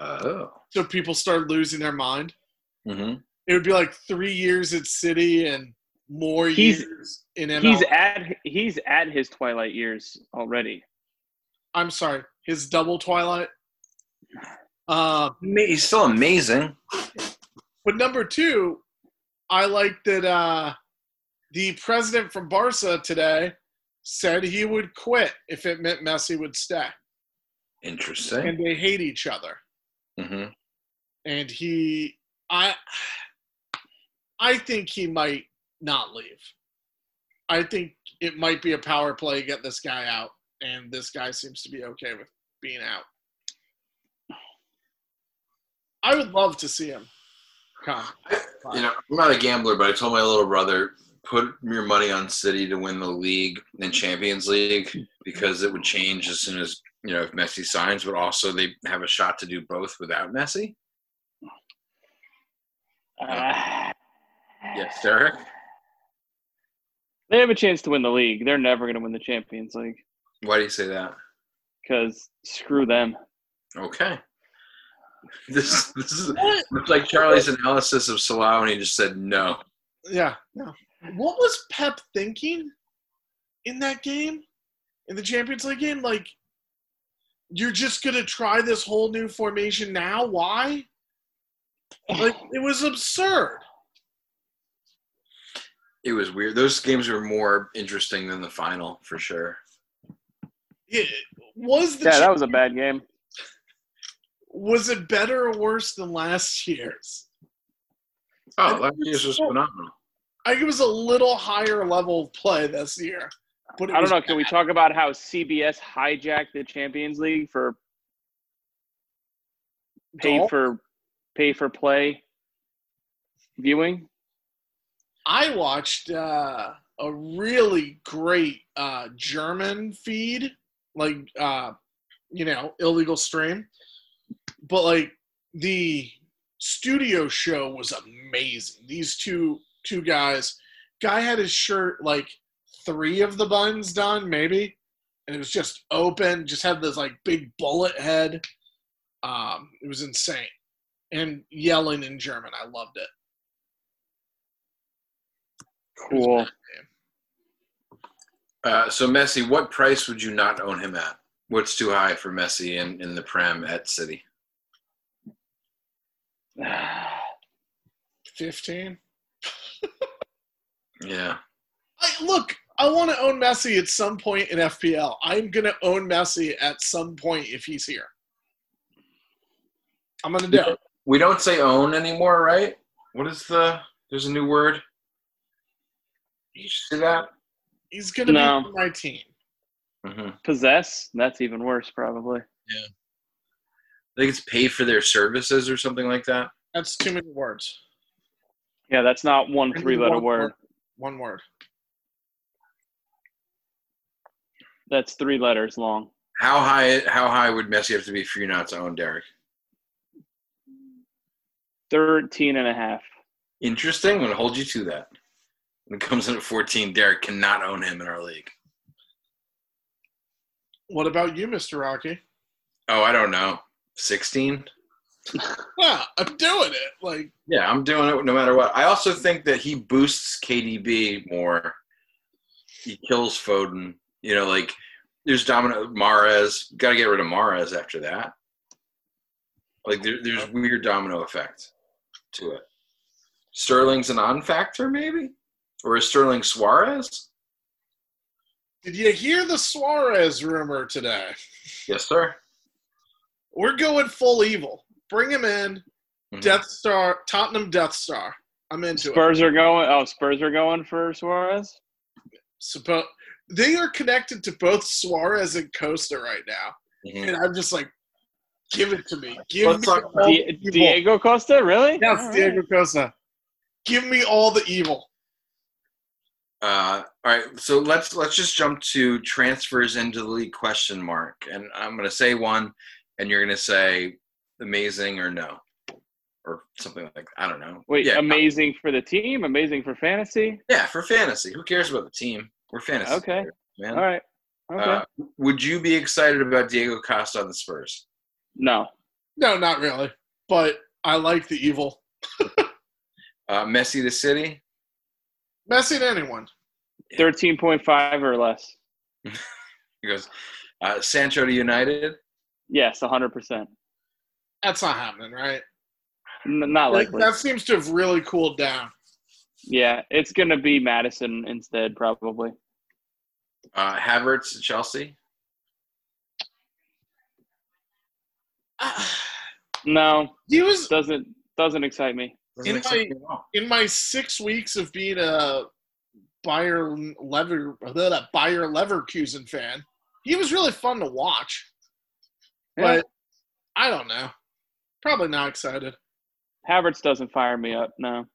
Speaker 1: Oh.
Speaker 2: So people started losing their mind.
Speaker 1: hmm
Speaker 2: It would be like three years at City and more
Speaker 3: He's-
Speaker 2: years in ML.
Speaker 3: He's at he's at his twilight years already.
Speaker 2: I'm sorry, his double twilight. Uh,
Speaker 1: He's still amazing.
Speaker 2: But number two, I like that uh, the president from Barca today said he would quit if it meant Messi would stay.
Speaker 1: Interesting.
Speaker 2: And they hate each other.
Speaker 1: hmm
Speaker 2: And he, I, I think he might not leave. I think it might be a power play to get this guy out, and this guy seems to be okay with being out. I would love to see him come.
Speaker 1: you know, I'm not a gambler, but I told my little brother, put your money on City to win the league and Champions League because it would change as soon as you know if Messi signs, but also they have a shot to do both without Messi.
Speaker 3: Ah.
Speaker 1: Yes, Derek.
Speaker 3: They have a chance to win the league. They're never going to win the Champions League
Speaker 1: Why do you say that?
Speaker 3: because screw them.
Speaker 1: Okay. [laughs] This this is
Speaker 2: What?
Speaker 1: it's like Charlie's analysis of Salah when he just said no.
Speaker 2: Yeah. No. What was Pep thinking in that game? In the Champions League game? Like, you're just going to try this whole new formation now? Why?
Speaker 3: [sighs]
Speaker 2: Like, it was absurd.
Speaker 1: It was weird. Those games were more interesting than the final for sure.
Speaker 2: It was the
Speaker 3: Yeah, that
Speaker 2: Cha-
Speaker 3: was a bad game.
Speaker 2: was it better or worse than last year's?
Speaker 1: Oh, last year's was phenomenal.
Speaker 2: I think it was a little higher level of play this year. But it
Speaker 3: I
Speaker 2: was
Speaker 3: don't know. Can we talk about how CBS hijacked the Champions League for pay
Speaker 2: dull.
Speaker 3: for pay for play viewing?
Speaker 2: I watched uh, a really great uh, German feed, like uh, you know, illegal stream. But like the studio show was amazing. These two two guys, guy had his shirt like three of the buns done, maybe, and it was just open. Just had this like big bullet head. Um, it was insane, and yelling in German. I loved it.
Speaker 3: Cool. [sighs]
Speaker 1: Uh, so Messi, what price would you not own him at? What's too high for Messi in, in the Prem at City?
Speaker 2: Fifteen.
Speaker 1: Yeah.
Speaker 2: I, look, I want to own Messi at some point in FPL. I'm going to own Messi at some point if he's here. I'm going to do it.
Speaker 1: We don't say own anymore, right? What is the there's a new word? You see that?
Speaker 2: He's going to
Speaker 3: No.
Speaker 2: be on my team.
Speaker 1: Mm-hmm. I
Speaker 3: Possess? That's even worse, probably.
Speaker 1: think it's pay for their services or something like that.
Speaker 2: That's too many words.
Speaker 3: Yeah, that's not one
Speaker 2: Maybe
Speaker 3: three letter
Speaker 2: one
Speaker 3: word.
Speaker 2: One word.
Speaker 3: That's three letters long.
Speaker 1: How high how high would Messi have to be for you not to own Derek?
Speaker 3: 13 and a half.
Speaker 1: Interesting. I'm gonna hold you to that. When it comes in at 14, Derek cannot own him in our league.
Speaker 2: What about you, Mr. Rocky?
Speaker 1: Oh, I don't know. 16?
Speaker 2: Yeah, I'm doing it. Like,
Speaker 1: Yeah, I'm doing it no matter what. I also think that he boosts KDB more. He kills Foden. You know, like there's Domino Mares. Got to get rid of Mares after that. Like there, there's weird domino effect to it. Sterling's a non-factor, maybe, or is Sterling Suarez?
Speaker 2: Did you hear the Suarez rumor today?
Speaker 1: Yes, sir.
Speaker 2: We're going full evil. Bring him in.
Speaker 3: Mm.
Speaker 1: Mhm.
Speaker 2: Death Star, Tottenham Death Star. I'm into it.
Speaker 3: Spurs are going. Oh, Spurs are going for Suarez.
Speaker 2: Suppo- they are connected to both Suarez and Costa right now.
Speaker 1: Mhm.
Speaker 2: And I'm just like, give it to me. Give
Speaker 1: Let's
Speaker 2: me
Speaker 1: talk
Speaker 2: all
Speaker 1: about-
Speaker 2: the
Speaker 3: Di-
Speaker 2: evil.
Speaker 3: Diego Costa, really?
Speaker 2: Yes,
Speaker 3: All right.
Speaker 2: Diego Costa. Give me all the evil.
Speaker 1: Uh, all right, so let's let's just jump to transfers into the league question mark, and I'm gonna say one, and you're gonna say amazing or no, or something like I don't know.
Speaker 3: Wait, um,
Speaker 1: yeah,
Speaker 3: amazing for the team, amazing for fantasy.
Speaker 1: yeah, for fantasy, who cares about the team? We're fantasy.
Speaker 3: Okay.
Speaker 1: players, man.
Speaker 3: All right. Okay.
Speaker 1: Uh, would you be excited about Diego Costa on the Spurs?
Speaker 3: no.
Speaker 2: No, not really. But I like the evil.
Speaker 1: Uh, Messi to City.
Speaker 2: Messi to anyone.
Speaker 3: Thirteen point five or less.
Speaker 1: He goes. Uh, Sancho to United.
Speaker 3: Yes, hundred percent.
Speaker 2: That's not happening, right?
Speaker 3: Not likely.
Speaker 2: That seems to have really cooled down. [sighs]
Speaker 3: Yeah, it's gonna be Madison instead, probably.
Speaker 1: Uh, Havertz to Chelsea.
Speaker 3: No,
Speaker 2: He was
Speaker 3: doesn't doesn't excite me.
Speaker 1: Doesn't
Speaker 2: In
Speaker 1: excite
Speaker 2: my-
Speaker 1: me at all.
Speaker 2: in my six weeks of being a Bayer Lever that Bayer Leverkusen fan. He was really fun to watch, but I don't know. Probably not excited.
Speaker 3: Havertz doesn't fire me up. No,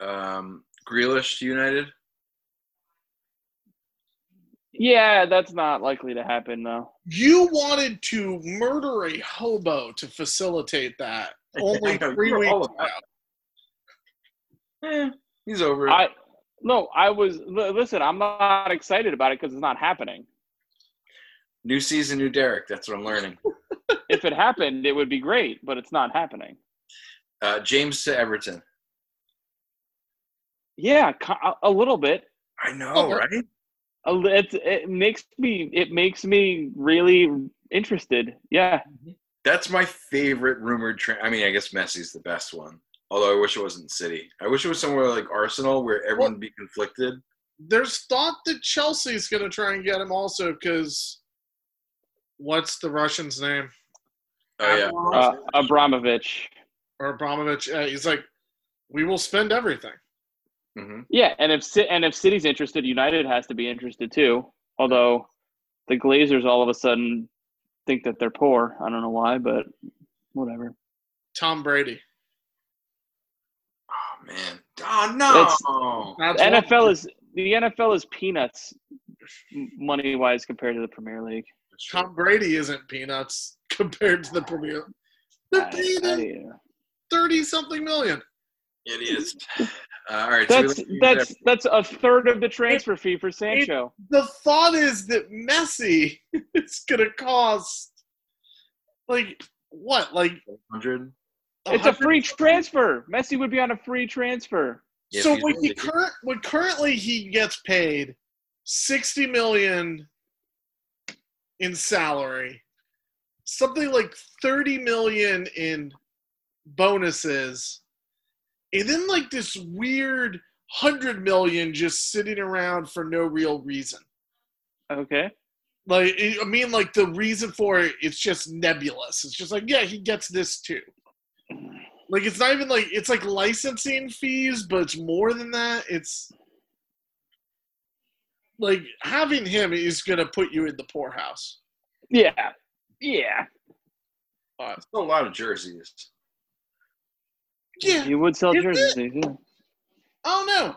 Speaker 1: um, Grealish to United.
Speaker 3: yeah, that's not likely to happen though.
Speaker 2: You wanted to murder a hobo to facilitate that only
Speaker 1: I know,
Speaker 2: three
Speaker 1: you were
Speaker 2: weeks
Speaker 1: all
Speaker 2: ago.
Speaker 1: about Eh, he's over. it.
Speaker 3: I no, I was li- listen. I'm not excited about it because it's not happening.
Speaker 1: new season, new Derek. That's what I'm learning.
Speaker 3: if it happened, it would be great, but it's not happening.
Speaker 1: Uh, James to Everton.
Speaker 3: Yeah, co- a- a little bit.
Speaker 1: I know,
Speaker 2: Oh,
Speaker 1: right?
Speaker 3: A li- It, it makes me. It makes me really interested. Yeah,
Speaker 1: That's my favorite rumored. Tra- I mean, I guess Messi's the best one. Although I wish it wasn't City. I wish it was somewhere like Arsenal where everyone would be conflicted.
Speaker 2: There's thought that Chelsea's going to try and get him also because what's the Russian's name?
Speaker 1: Oh yeah,
Speaker 3: uh, Abramovich.
Speaker 2: Or Abramovich. Uh, he's like, we will spend everything.
Speaker 1: hmm
Speaker 3: Yeah, and if Ci- and if City's interested, United has to be interested too. Although the Glazers all of a sudden think that they're poor. I don't know why, but whatever.
Speaker 2: Tom Brady.
Speaker 1: Oh man. Oh no.
Speaker 2: That's
Speaker 3: The
Speaker 2: one-
Speaker 3: NFL is the NFL is peanuts money wise compared to the Premier League.
Speaker 2: Tom Brady isn't peanuts [laughs] compared to the Premier. They're
Speaker 3: I-
Speaker 2: paying him
Speaker 3: I-
Speaker 2: thirty something million.
Speaker 1: It is. Uh, all right. so we
Speaker 3: that's
Speaker 1: like you,
Speaker 3: that's that's a third of the transfer fee for Sancho.
Speaker 2: The thought is that Messi [laughs] is gonna cost like what, like
Speaker 1: Derek, 100.
Speaker 2: a
Speaker 3: It's a
Speaker 2: hundred-
Speaker 3: free transfer. Messi would be on a free transfer.
Speaker 1: Yeah,
Speaker 2: so
Speaker 1: he's
Speaker 2: when he
Speaker 1: really-
Speaker 2: current when currently he gets paid sixty million in salary, something like thirty million in bonuses, and then like this weird hundred million just sitting around for no real reason.
Speaker 3: Okay.
Speaker 2: Like it- I mean, like the reason for it, it's just nebulous. It's just like yeah, he gets this too. Like it's not even like it's like licensing fees, but it's more than that. It's like having him is gonna put you in the poorhouse.
Speaker 3: Yeah. Yeah.
Speaker 1: That's a lot of jerseys.
Speaker 2: Yeah,
Speaker 3: He would sell
Speaker 2: Is it?
Speaker 3: jerseys. yeah.
Speaker 2: I don't know.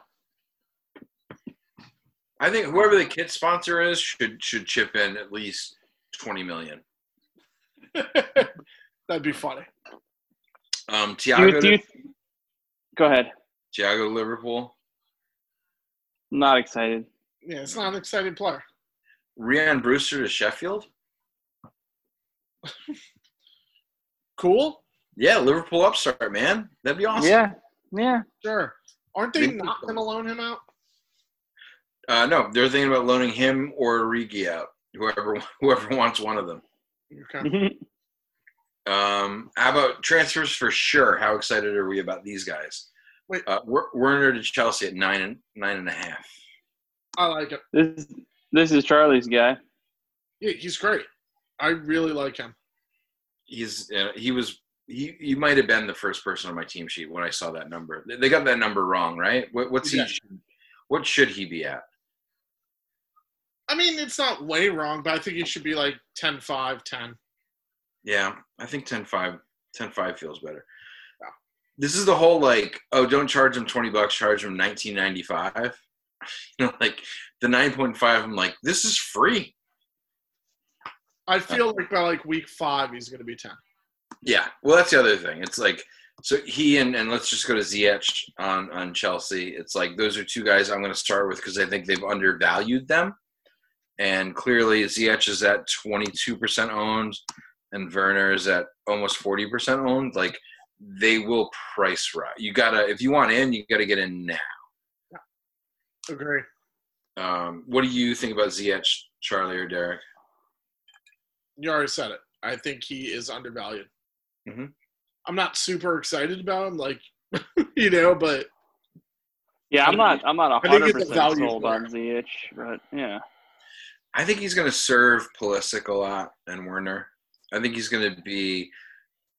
Speaker 1: I think whoever the kit sponsor is should should chip in at least twenty million.
Speaker 2: [laughs] That'd be funny.
Speaker 1: Um,
Speaker 3: You-
Speaker 1: Tiago,
Speaker 3: do you- go ahead.
Speaker 1: Tiago Liverpool,
Speaker 3: Not excited.
Speaker 2: Yeah, it's not an exciting player.
Speaker 1: Rian Brewster to Sheffield.
Speaker 2: Cool.
Speaker 1: Yeah, Liverpool upstart, man. That'd be awesome.
Speaker 3: Yeah. [laughs] Yeah.
Speaker 2: Sure. Aren't they
Speaker 1: They-
Speaker 2: not gonna loan him out?
Speaker 1: Uh, no, they're thinking about loaning him or Origi out. Whoever [laughs] whoever wants one of them.
Speaker 2: Okay.
Speaker 1: Um, how about transfers for sure? How excited are we about these guys?
Speaker 2: Wait.
Speaker 1: Uh, Wer- Werner to Chelsea at nine and nine and a half.
Speaker 2: I like it.
Speaker 3: this This is Charlie's guy.
Speaker 2: Yeah, he's great. I really like him.
Speaker 1: He's uh, he was he, he might have been the first person on my team sheet when I saw that number. They- They got that number wrong, right? What, what's
Speaker 2: Yeah.
Speaker 1: he? What should he be at?
Speaker 2: I mean, it's not way wrong, but I think he should be like 10 5, 10.
Speaker 1: Yeah, I think 10-5, 10-5 feels better. This is the whole like, oh, don't charge him twenty bucks, charge him nineteen ninety five. [laughs] You know, like the nine point five. I'm like, this is free.
Speaker 2: I feel like by like week five, he's going to be 10.
Speaker 1: Yeah. Well, that's the other thing. It's like, so he and and let's just go to Ziyech on on Chelsea. It's like those are two guys I'm going to start with because I think they've undervalued them, and clearly Ziyech is at twenty two percent owned, and Werner is at almost forty percent owned. Like they will price right. You gotta if you want in, you gotta get in now.
Speaker 2: Agree.
Speaker 1: Um, what do you think about Ziyech, Charlie or Derek?
Speaker 2: You already said it. I think he is undervalued.
Speaker 1: Mhm.
Speaker 2: I'm not super excited about him, like, [laughs] you know, but
Speaker 3: Yeah, I'm not. I'm not
Speaker 2: I think
Speaker 3: hundred
Speaker 2: it's a
Speaker 3: percent
Speaker 2: value
Speaker 3: sold
Speaker 2: for
Speaker 3: on
Speaker 2: it.
Speaker 3: Ziyech, but yeah,
Speaker 1: I think he's going to serve Pulisic a lot and Werner. I think he's going to be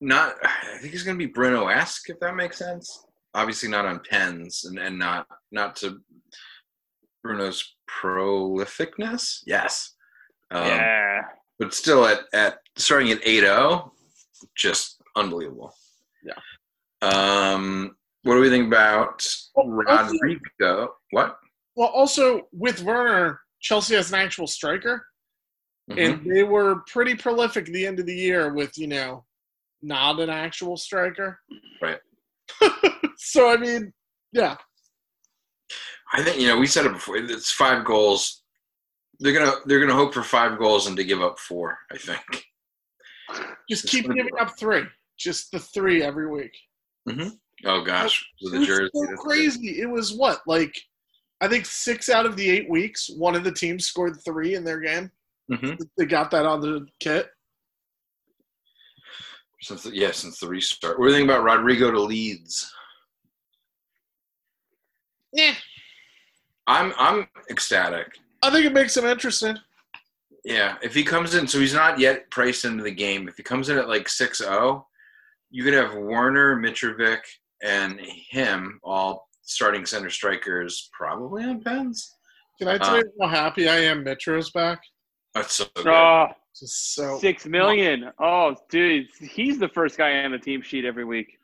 Speaker 1: not. I think he's going to be Bruno-esque, if that makes sense. Obviously, not on pens and, and not not to Bruno's prolificness. Yes, um,
Speaker 3: yeah.
Speaker 1: but still at at starting at 8-0, just unbelievable.
Speaker 2: Yeah.
Speaker 1: Um, what do we think about Rodrigo? What?
Speaker 2: Well, also with Werner, Chelsea has an actual striker,
Speaker 1: Mhm.
Speaker 2: and they were pretty prolific at the end of the year with you know, not an actual striker.
Speaker 1: Right.
Speaker 2: [laughs] so I mean, yeah,
Speaker 1: I think you know we said it before. It's five goals. They're gonna they're gonna hope for five goals and to give up four. I think.
Speaker 2: just
Speaker 1: It's
Speaker 2: keep
Speaker 1: gonna be
Speaker 2: giving up three, just the three every week.
Speaker 1: Oh gosh, so
Speaker 2: It
Speaker 1: the
Speaker 2: was
Speaker 1: jersey.
Speaker 2: so crazy. It was what like, I think six out of the eight weeks, one of the teams scored three in their game.
Speaker 1: Mhm.
Speaker 2: They got that on the kit.
Speaker 1: Since the, yeah, since the restart. What do you think about Rodrigo to Leeds?
Speaker 2: Yeah,
Speaker 1: I'm I'm ecstatic.
Speaker 2: I think it makes them interesting.
Speaker 1: Yeah, if he comes in, so he's not yet priced into the game. If he comes in at like 6-0, you could have Warner, Mitrovic, and him all starting center strikers, probably on pens.
Speaker 2: Can I
Speaker 1: Uh-huh.
Speaker 2: tell you how happy I am? Metro's back.
Speaker 1: That's so good.
Speaker 3: Oh,
Speaker 2: Just so
Speaker 3: six million. Oh, dude, he's the first guy on the team sheet every week.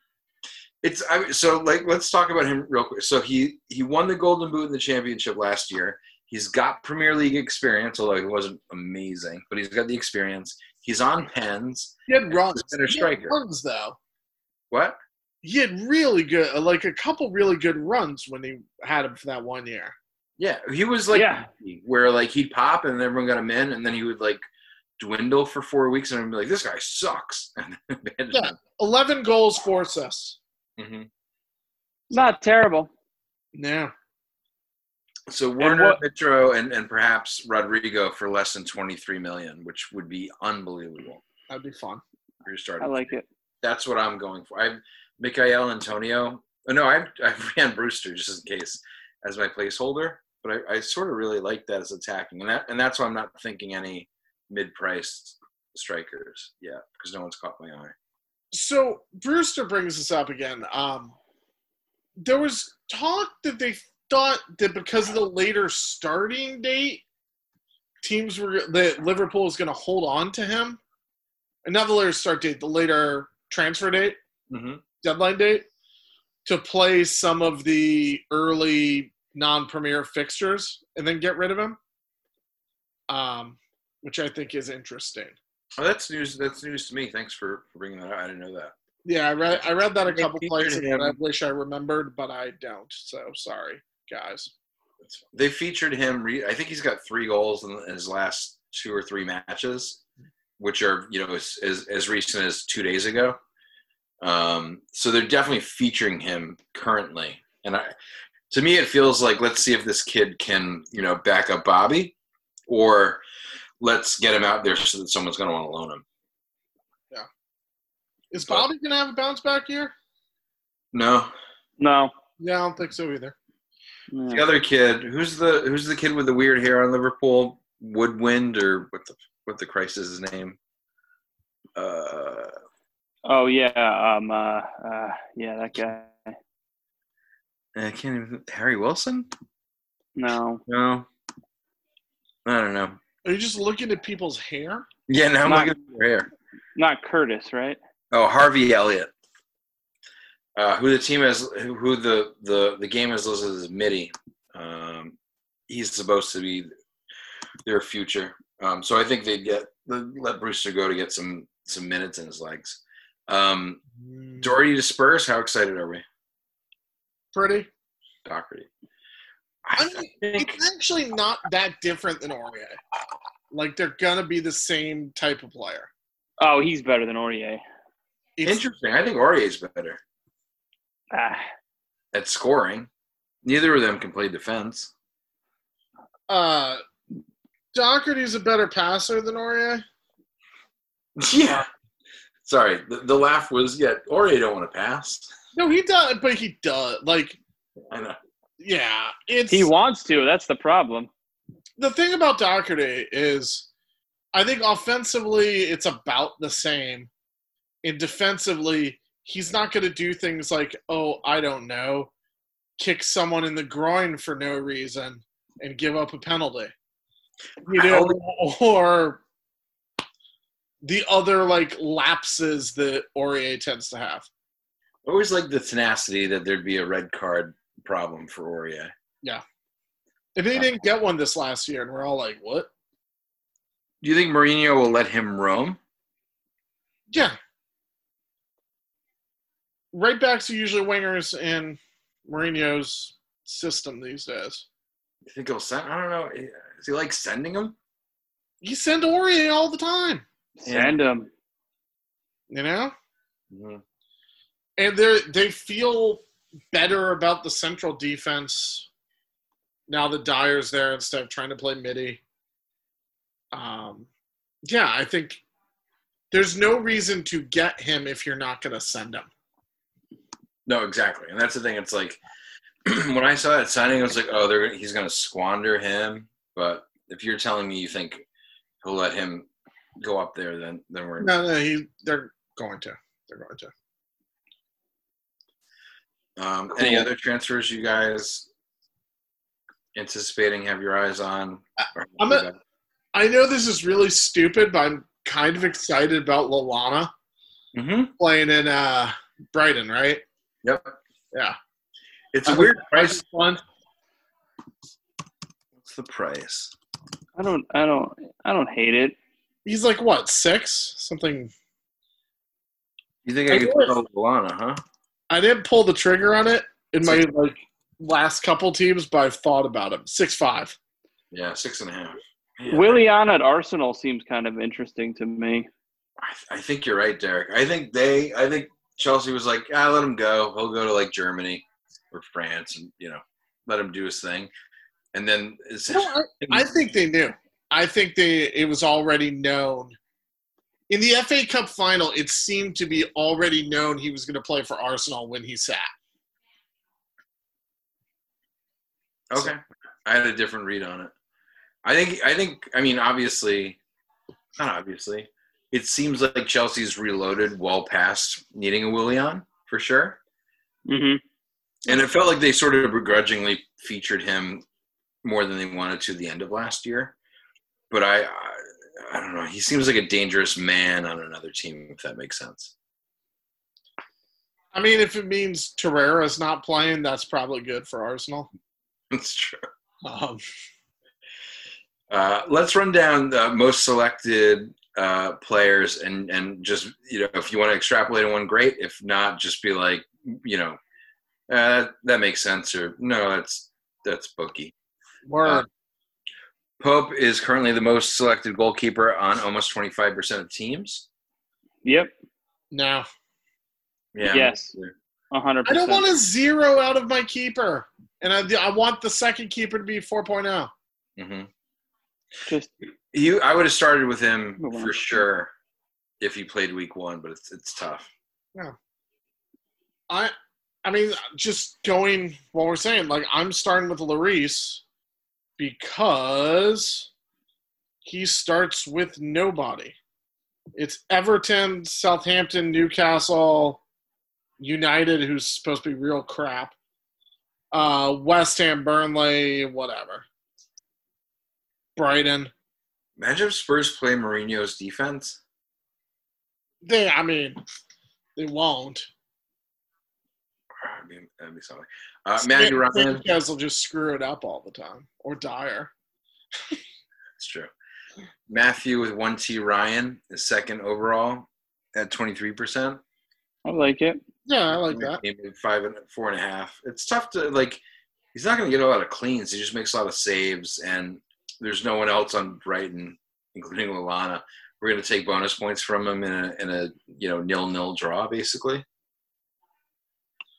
Speaker 1: It's I, so like let's talk about him real quick. So he he won the Golden Boot in the championship last year. He's got Premier League experience, although it wasn't amazing, but he's got the experience. He's on pens.
Speaker 2: He had runs.
Speaker 1: Center
Speaker 2: He had
Speaker 1: striker.
Speaker 2: runs though.
Speaker 1: What?
Speaker 2: He had really good, like a couple really good runs when he had him for that one year.
Speaker 1: Yeah, he was like
Speaker 3: Yeah.
Speaker 1: where like he'd pop and everyone got him in, and then he would like dwindle for four weeks, and I'd be like, this guy sucks. [laughs] And then abandon him.
Speaker 2: Eleven goals, four assists.
Speaker 1: Mhm.
Speaker 3: Not terrible.
Speaker 2: Yeah,
Speaker 1: So Werner,
Speaker 3: what-
Speaker 1: Mitro, and and perhaps Rodrigo for less than twenty three million, which would be unbelievable.
Speaker 2: that'd be fun.
Speaker 1: If you started
Speaker 3: I like it.
Speaker 1: that's what I'm going for. I've Michael Antonio. Oh, no, I've, I've ran Brewster just in case as my placeholder, but I, I sort of really like that as attacking, and that and that's why I'm not thinking any mid-priced strikers yet because no one's caught my eye.
Speaker 2: So Brewster brings this up again. Um, there was talk that they thought that because of the later starting date, teams were that Liverpool was going to hold on to him. And not the later start date, the later transfer date.
Speaker 1: Mm-hmm.
Speaker 2: deadline date to play some of the early non-premier fixtures and then get rid of him, um, which I think is interesting.
Speaker 1: Oh, that's news. That's news to me. Thanks for, for bringing that up. I didn't know that.
Speaker 2: Yeah, I read I read that a
Speaker 1: They
Speaker 2: couple
Speaker 1: featured
Speaker 2: places.
Speaker 1: him.
Speaker 2: And I wish I remembered, but I don't. So sorry, guys.
Speaker 1: That's- They featured him. Re- I think he's got three goals in, in his last two or three matches, which are you know as as, as recent as two days ago. Um, so they're definitely featuring him currently, and I, to me, it feels like let's see if this kid can you know back up Bobby, or let's get him out there so that someone's going to want to loan him.
Speaker 2: Is Bobby gonna have a bounce back year?
Speaker 1: No,
Speaker 3: No,
Speaker 2: Yeah, I don't think so either.
Speaker 1: The other kid, who's the who's the kid with the weird hair on Liverpool? Woodwind or what the what the Christ is his name? Uh,
Speaker 3: Oh yeah, um, uh, uh, yeah, that guy.
Speaker 1: I can't even. Harry Wilson?
Speaker 3: No,
Speaker 1: No, I don't know.
Speaker 2: Are you just looking at people's hair?
Speaker 1: Yeah, now I'm
Speaker 3: Not-
Speaker 1: looking for hair.
Speaker 3: not Curtis, right?
Speaker 1: Oh, Harvey Elliott. Uh, who the team has, who who the, the, the game has listed as Mitty. Um, he's supposed to be their future. Um, so I think they get let Brewster go to get some some minutes in his legs. Um,
Speaker 2: Hmm.
Speaker 1: Doherty to Spurs. How excited are we,
Speaker 2: Pretty.
Speaker 1: Doherty?
Speaker 2: I
Speaker 1: I,
Speaker 2: mean,
Speaker 3: think-
Speaker 2: it's actually not that different than Aurier. Like they're gonna be the same type of player.
Speaker 3: Oh, he's better than Aurier.
Speaker 2: It's,
Speaker 1: interesting. I think Aurier's better
Speaker 3: Ah,
Speaker 1: at scoring. Neither of them can play defense. [laughs]
Speaker 2: uh, Doherty's a better passer than Aurier.
Speaker 1: Yeah. Sorry, the, the laugh was yeah. Aurier don't want to pass.
Speaker 2: No, he does, but he does. Like,
Speaker 1: I know.
Speaker 2: yeah, it's
Speaker 3: he wants to. That's the problem.
Speaker 2: the thing about Doherty is, I think offensively it's about the same, and defensively he's not going to do things like, oh, I don't know, kick someone in the groin for no reason and give up a penalty, you know, or the other like lapses that Aurier tends to have.
Speaker 1: I always like the tenacity that there'd be a red card problem for Aurier.
Speaker 2: And he didn't get one this last year, and we're all like, what?
Speaker 1: Do you think Mourinho will let him roam?
Speaker 2: Yeah. Right backs are usually wingers in Mourinho's system these days.
Speaker 1: You think he'll send? I don't know. Is he like sending him?
Speaker 2: You send Aurier all the time,
Speaker 1: Yeah.
Speaker 3: Send him.
Speaker 2: you know?
Speaker 1: Mhm.
Speaker 2: And they are they feel better about the central defense now that Dyer's there instead of trying to play midi. Um, yeah, I think there's no reason to get him if you're not going to send him.
Speaker 1: No, exactly. And that's the thing. It's like [clears throat] when I saw that signing, I was like, oh, they're he's going to squander him. But if you're telling me you think he'll let him go up there, then then we're
Speaker 2: No, no, he, they're going to. They're going to.
Speaker 1: Um, Any
Speaker 3: Cool.
Speaker 1: other transfers you guys anticipating? Have your eyes on? Or-
Speaker 2: I'm a- I know this is really stupid, but I'm kind of excited about Lalana
Speaker 1: Mhm.
Speaker 2: playing in uh, Brighton, right?
Speaker 1: Yep.
Speaker 2: Yeah.
Speaker 1: It's a weird price.
Speaker 2: Brighton's fun.
Speaker 1: What's the price?
Speaker 3: I don't. I don't. I don't hate it.
Speaker 2: He's like what six something.
Speaker 1: You think
Speaker 2: I
Speaker 1: I could
Speaker 2: guess.
Speaker 1: sell Lana, huh?
Speaker 2: I didn't pull the trigger on it in my like last couple teams, but I've thought about him. Six five.
Speaker 1: Yeah, six and a half. Yeah.
Speaker 3: Willian at Arsenal seems kind of interesting to me.
Speaker 1: I, I think you're right, Derek. I think they, I think Chelsea was like, ah, let him go. He'll go to like Germany or France, and you know, let him do his thing. And then it's,
Speaker 2: No, I, I think they knew. I think they it was already known. In the FA Cup final, it seemed to be already known he was going to play for Arsenal when he sat.
Speaker 1: okay. I had a different read on it. I think, I think, I mean, obviously, not obviously. It seems like Chelsea's reloaded well past needing a Willian for sure.
Speaker 3: hmm
Speaker 1: And it felt like they sort of begrudgingly featured him more than they wanted to the end of last year. But I, I, I don't know. He seems like a dangerous man on another team, if that makes sense. [laughs]
Speaker 2: I mean, if it means Torreira's not playing, that's probably good for Arsenal.
Speaker 1: That's true.
Speaker 2: Um,
Speaker 1: Uh, let's run down the most selected uh, players and and just you know if you want to extrapolate on one, great. If not, just be like you know uh, that makes sense or no, that's that's bookie.
Speaker 2: word.
Speaker 1: Uh, Pope is currently the most selected goalkeeper on almost twenty five percent of teams.
Speaker 3: Yep.
Speaker 2: no,
Speaker 1: Yeah.
Speaker 3: Yes. A hundred
Speaker 2: I
Speaker 3: percent.
Speaker 2: don't want a zero out of my keeper, and I, I want the second keeper to be oh. 4.0.
Speaker 1: hmm
Speaker 3: Just
Speaker 1: You, I would have started with him
Speaker 3: Oh, wow.
Speaker 1: for sure if he played week one, but it's it's tough.
Speaker 2: I I mean, just going what we're saying, like I'm starting with Larice because he starts with nobody. It's Everton, Southampton, Newcastle, United, who's supposed to be real crap. Uh, West Ham, Burnley, whatever. Brighton.
Speaker 1: Imagine if Spurs play Mourinho's defense.
Speaker 2: They, I mean, they won't.
Speaker 1: I mean, that'd be something. Uh, Matty Ryan.
Speaker 2: guys will just screw it up all the time, or Dyer.
Speaker 1: It's true. Matthew with one T Ryan is second overall at twenty three percent.
Speaker 3: I like it.
Speaker 2: Yeah, I like that.
Speaker 1: Five and four and a half. It's tough to like. He's not going to get a lot of cleans. He just makes a lot of saves, and there's no one else on Brighton, including Lalana. We're going to take bonus points from him in a in a you know nil nil draw basically.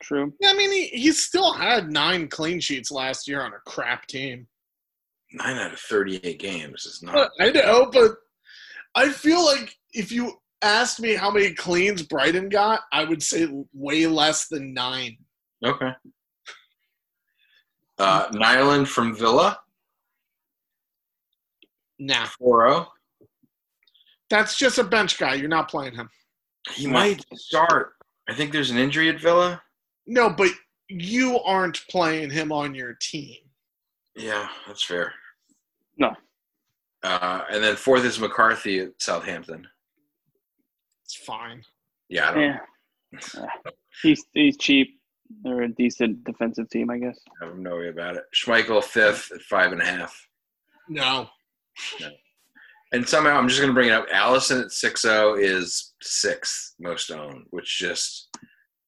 Speaker 3: True.
Speaker 2: Yeah, I mean, he, he still had nine clean sheets last year on a crap team.
Speaker 1: Nine out of thirty eight games is not.
Speaker 2: I know, but I feel like if you asked me how many cleans Brighton got, I would say way less than nine.
Speaker 1: Okay. Uh, Nyland from Villa,
Speaker 2: Nah.
Speaker 1: 4
Speaker 2: That's just a bench guy. You're not playing him.
Speaker 1: He
Speaker 2: Hmm.
Speaker 1: might start. I think there's an injury at Villa.
Speaker 2: No, but you aren't playing him on your team.
Speaker 1: Yeah, that's fair.
Speaker 3: No.
Speaker 1: Uh, and then fourth is McCarthy at Southampton.
Speaker 2: It's fine.
Speaker 1: Yeah, I don't
Speaker 3: Yeah. he's he's cheap. They're a decent defensive team, I guess.
Speaker 1: I have no way about it. Schmeichel fifth at five and a half.
Speaker 2: No.
Speaker 1: And somehow I'm just going to bring it up. Allison at 6-0 is sixth most owned, which just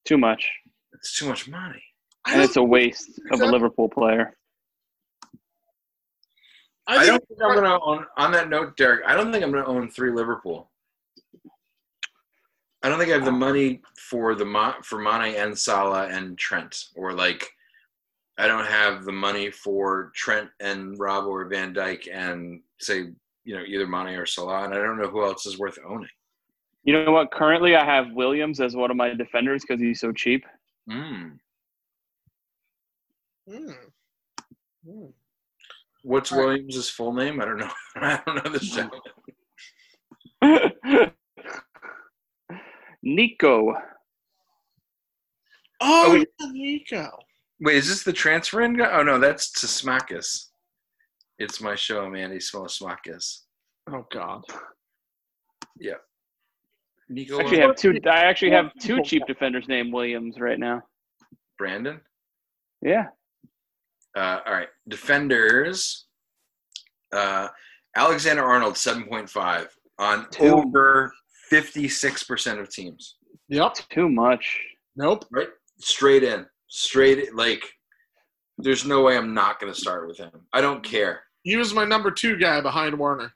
Speaker 3: Too much,
Speaker 1: it's too much money.
Speaker 2: I
Speaker 3: and
Speaker 2: don't,
Speaker 3: it's a waste of a
Speaker 2: Exactly.
Speaker 3: Liverpool player.
Speaker 1: I
Speaker 2: I
Speaker 1: don't
Speaker 2: think,
Speaker 1: think I'm going to own. On that note, Derek, I don't think I'm going to own three Liverpool. I don't think I have the money for the Mo- for Mane and Salah and Trent, or like I don't have the money for Trent and Rob or Van Dyke and say you know either Mane or Salah, and I don't know who else is worth owning.
Speaker 3: You know what? Currently, I have Williams as one of my defenders because he's so cheap. [laughs]
Speaker 1: Mm.
Speaker 2: Hmm. Hmm.
Speaker 1: What's
Speaker 2: All right.
Speaker 1: Williams' full name? I don't know. [laughs] I don't know this gentleman.
Speaker 3: Nico.
Speaker 2: Oh,
Speaker 1: Oh,
Speaker 2: yeah, Nico.
Speaker 1: Wait, is this the transfer in guy? Oh no, that's Tsismakis. It's my show, Mandy Smolsmakis.
Speaker 2: Oh, God.
Speaker 1: Nico
Speaker 3: Actually,
Speaker 1: uh,
Speaker 3: have two. I actually have two cheap defenders named Williams right now.
Speaker 1: Brandon.
Speaker 3: Yeah,
Speaker 1: Uh, all right, defenders. Uh, Alexander Arnold, seven point five on
Speaker 3: Two.
Speaker 1: over fifty six percent of teams.
Speaker 2: Yep.
Speaker 3: too much.
Speaker 2: Nope.
Speaker 1: Right, straight in, straight like. There's no way I'm not going to start with him. I don't care.
Speaker 2: He was my number two guy behind Warner.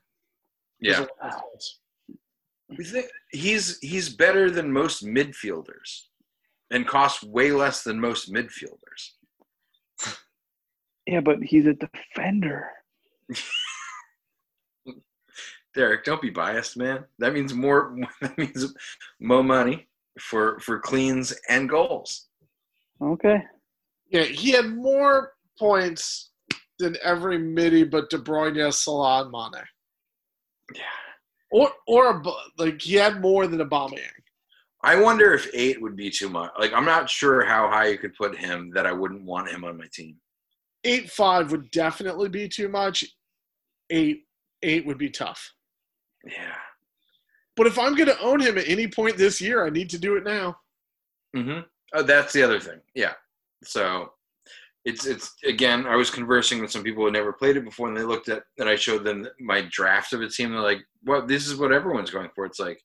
Speaker 1: Yeah, You think- he's he's better than most midfielders, and costs way less than most midfielders.
Speaker 3: Yeah, but he's a defender.
Speaker 1: Derek, don't be biased, man. That means more. [laughs] That means more money for for cleans and goals.
Speaker 3: Okay.
Speaker 2: Yeah, he had more points than every midi but De Bruyne, Salah, and Mane.
Speaker 1: Yeah.
Speaker 2: Or, or Ab- like he had more than Aubameyang.
Speaker 1: I wonder if eight would be too much. Like, I'm not sure how high you could put him that I wouldn't want him on my team.
Speaker 2: Eight five would definitely be too much. Eight eight would be tough.
Speaker 1: Yeah.
Speaker 2: But if I'm going to own him at any point this year, I need to do it now.
Speaker 1: Mm-hmm. Oh, that's the other thing. Yeah. So it's it's again. I was conversing with some people who never played it before, and they looked at and I showed them my draft of a team. They're like, "Well, this is what everyone's going for." It's like,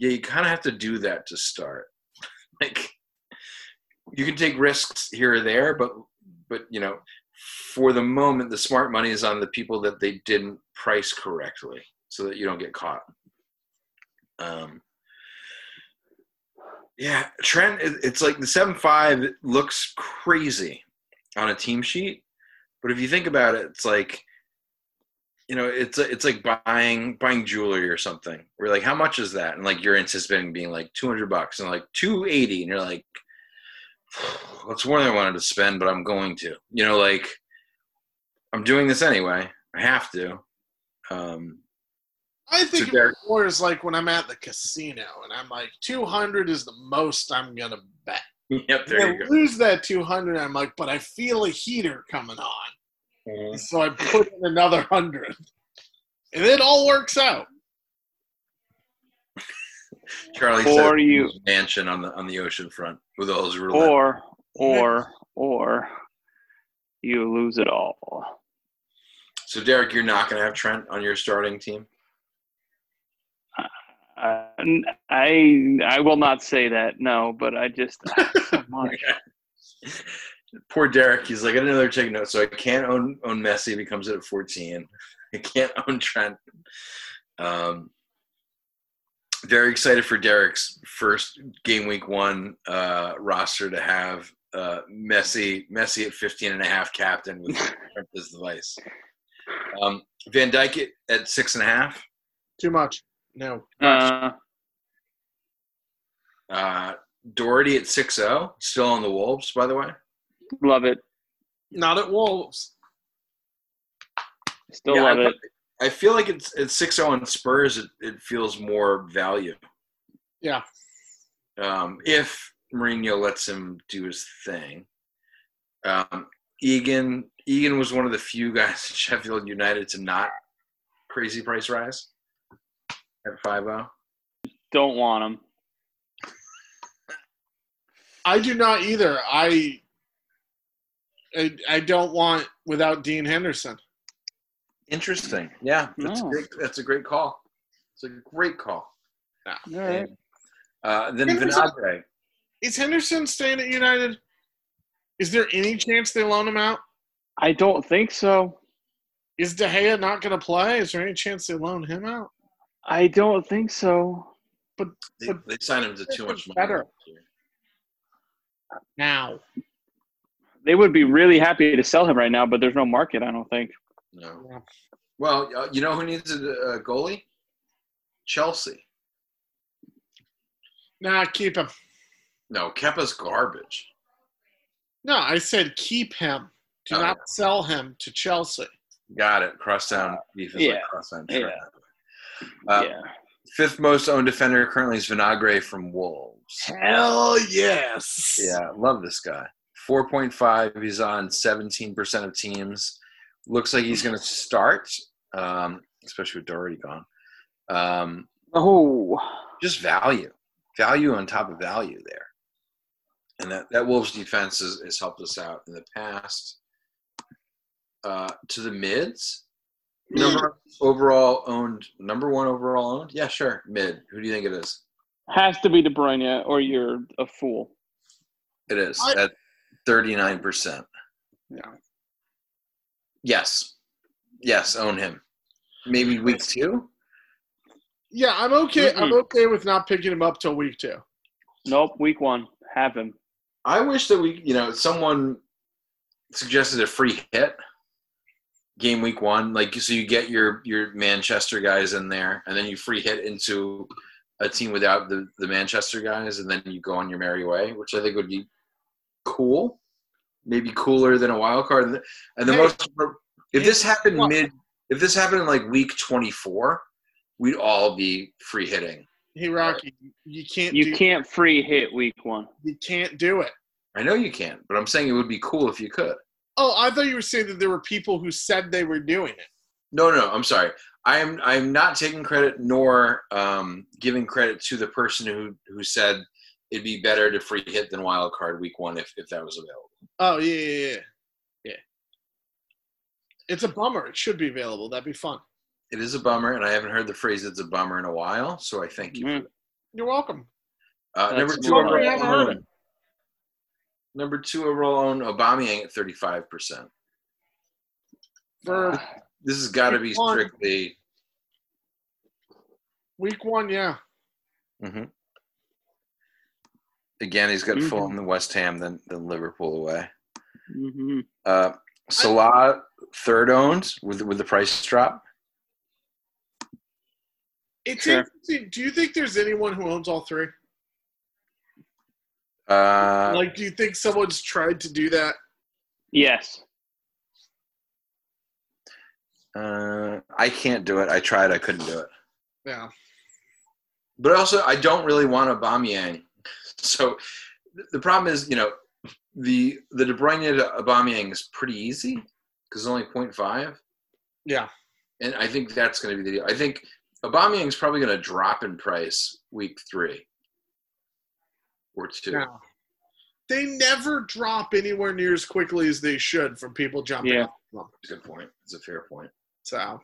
Speaker 1: yeah, you kind of have to do that to start. [laughs] like, you can take risks here or there, but but you know, for the moment, the smart money is on the people that they didn't price correctly, so that you don't get caught. Um, yeah, Trent. it- It's like the seven five looks crazy on a team sheet, but if you think about it, it's like you know, it's it's like buying buying jewelry or something. We're like, how much is that? And like you're anticipating being like two hundred bucks, and like two eighty, and you're like, [sighs] that's more than I wanted to spend, but I'm going to. You know, like I'm doing this anyway. I have to. Um, [laughs]
Speaker 2: I think
Speaker 1: So Derek-
Speaker 2: it's more is like when I'm at the casino and I'm like, 200 is the most I'm gonna bet.
Speaker 1: yep,
Speaker 2: If
Speaker 1: there
Speaker 2: I
Speaker 1: you go.
Speaker 2: lose that 200, I'm like, but I feel a heater coming on,
Speaker 1: Mhm.
Speaker 2: so I put in another hundred, and it all works out.
Speaker 1: Charlie
Speaker 3: Or
Speaker 1: said
Speaker 3: you-
Speaker 1: mansion on the on the ocean front with all his roulette.
Speaker 3: Or, or, or you lose it all.
Speaker 1: so Derek, you're not going to have Trent on your starting team.
Speaker 3: Uh, n- I I will not say that no, but
Speaker 1: [laughs]
Speaker 3: I just so much.
Speaker 1: Poor Derek. He's like, I didn't know they were taking notes, so I can't own own Messi. If he comes in at 14. I can't [laughs] own Trent. Um, very excited for Derek's first game week one uh, roster to have uh, Messi, Messi at 15 and a half captain with Trent as the vice. Um, Van Dyke at, at six and a half.
Speaker 2: Too much. No.
Speaker 3: Uh,
Speaker 1: Uh, Doherty at 6-0, still on the Wolves, by the way.
Speaker 3: love it.
Speaker 2: Not at Wolves.
Speaker 3: Still
Speaker 1: Yeah,
Speaker 3: love
Speaker 1: I-
Speaker 3: it.
Speaker 1: I feel like it's it's six zero on Spurs. It, it feels more value.
Speaker 2: Yeah.
Speaker 1: Um, if Mourinho lets him do his thing, um, Egan Egan was one of the few guys [laughs] at Sheffield United to not crazy price rise at five oh. zero.
Speaker 3: Don't want him.
Speaker 2: I do not either. I, I I don't want without Dean Henderson.
Speaker 1: Interesting. Yeah, that's
Speaker 3: No.
Speaker 1: a great, that's a great call. It's a great call.
Speaker 3: All right.
Speaker 1: Uh, then
Speaker 2: Henderson-
Speaker 1: Vinagre.
Speaker 2: Is Henderson staying at United? Is there any chance they loan him out?
Speaker 3: I don't think so.
Speaker 2: Is De Gea not going to play? Is there any chance they loan him out?
Speaker 3: I don't think so.
Speaker 1: They, they signed him to too much money.
Speaker 2: Better.
Speaker 1: last year.
Speaker 2: Now,
Speaker 3: They would be really happy to sell him right now, but there's no market. I don't think.
Speaker 2: Yeah.
Speaker 1: No. Well, uh, you know who needs a, a goalie? Chelsea.
Speaker 2: nah, keep him.
Speaker 1: No, Kepa's garbage.
Speaker 2: No, I said keep him. Do
Speaker 1: Oh,
Speaker 2: not sell him to Chelsea.
Speaker 1: Got it. Crosstown beef is
Speaker 3: yeah.
Speaker 1: like crosstown.
Speaker 3: Yeah.
Speaker 1: shrimp. Uh,
Speaker 3: yeah.
Speaker 1: Fifth most owned defender currently is Vinagre from Wolves.
Speaker 2: Hell yes.
Speaker 1: Yeah, love this guy. 4.5. He's on 17% of teams. Looks like he's going to start, um, especially with Doherty gone. Um,
Speaker 3: Oh.
Speaker 1: just value, value on top of value there. And that, that Wolves defense has, has helped us out in the past. Uh, to the mids, number overall owned, number one overall owned. Yeah, sure, mid. Who do you think it is?
Speaker 3: Has to be De Bruyne, or you're a fool.
Speaker 1: It is
Speaker 2: I-
Speaker 1: at thirty nine percent.
Speaker 2: Yeah.
Speaker 1: Yes, yes, own him. Maybe week two.
Speaker 2: Yeah, I'm okay. I'm
Speaker 1: Mm-hmm.
Speaker 3: Mhm.
Speaker 2: okay with not picking him up till week two.
Speaker 3: Nope. Week one. Have him.
Speaker 1: I wish that we, you know, someone suggested a free hit game week one, like so you get your your Manchester guys in there, and then you free hit into a team without the the Manchester guys, and then you go on your merry way, which I think would be cool, maybe cooler than a wild card. And the, and the
Speaker 2: Hey.
Speaker 1: most, if this happened
Speaker 2: What?
Speaker 1: mid, if this happened in like week twenty four, we'd all be free hitting.
Speaker 2: Hey Rocky, you can't. do,
Speaker 3: You can't free hit week one.
Speaker 2: You can't do it.
Speaker 1: I know you can't, but I'm saying it would be cool if you could.
Speaker 2: Oh, I thought you were saying that there were people who said they were doing it.
Speaker 1: No, no, I'm sorry. I am I am not taking credit nor um, giving credit to the person who who said it'd be better to free hit than wild card week one if, if that was available.
Speaker 2: Oh yeah, yeah, yeah, yeah. It's a bummer. It should be available. That'd be fun.
Speaker 1: It is a bummer, and I haven't heard the phrase "it's a bummer" in a while, so I thank you.
Speaker 3: Mm.
Speaker 2: You're welcome.
Speaker 1: Uh,
Speaker 3: That's
Speaker 1: number two
Speaker 3: smart.
Speaker 2: I haven't
Speaker 1: overall
Speaker 2: heard
Speaker 1: owned. Number two overall owned Aubameyang at thirty five percent.
Speaker 2: For
Speaker 3: Uh,
Speaker 1: This has got to be
Speaker 2: Week one.
Speaker 1: strictly.
Speaker 2: week one, yeah.
Speaker 1: Mhm. Again, he's got
Speaker 3: Mhm.
Speaker 1: Fulham, then West Ham, then then Liverpool away.
Speaker 3: Mhm.
Speaker 1: Uh, Salah third owned with with the price drop.
Speaker 2: It's
Speaker 3: Sure.
Speaker 2: interesting. Do you think there's anyone who owns all three?
Speaker 1: Uh,
Speaker 2: like, do you think someone's tried to do that?
Speaker 3: Yes.
Speaker 1: uh, I can't do it. I tried. I couldn't do it.
Speaker 2: No.
Speaker 1: But also, I don't really want Aubameyang. So th- the problem is, you know, the the De Bruyne to Aubameyang is pretty easy because it's only 0.5.
Speaker 2: Yeah.
Speaker 1: And I think that's going to be the deal. I think Aubameyang's probably going to drop in price week three or two.
Speaker 2: No. They never drop anywhere near as quickly as they should from people jumping.
Speaker 3: Yeah.
Speaker 2: off them.
Speaker 1: That's a good point. It's a fair point.
Speaker 2: So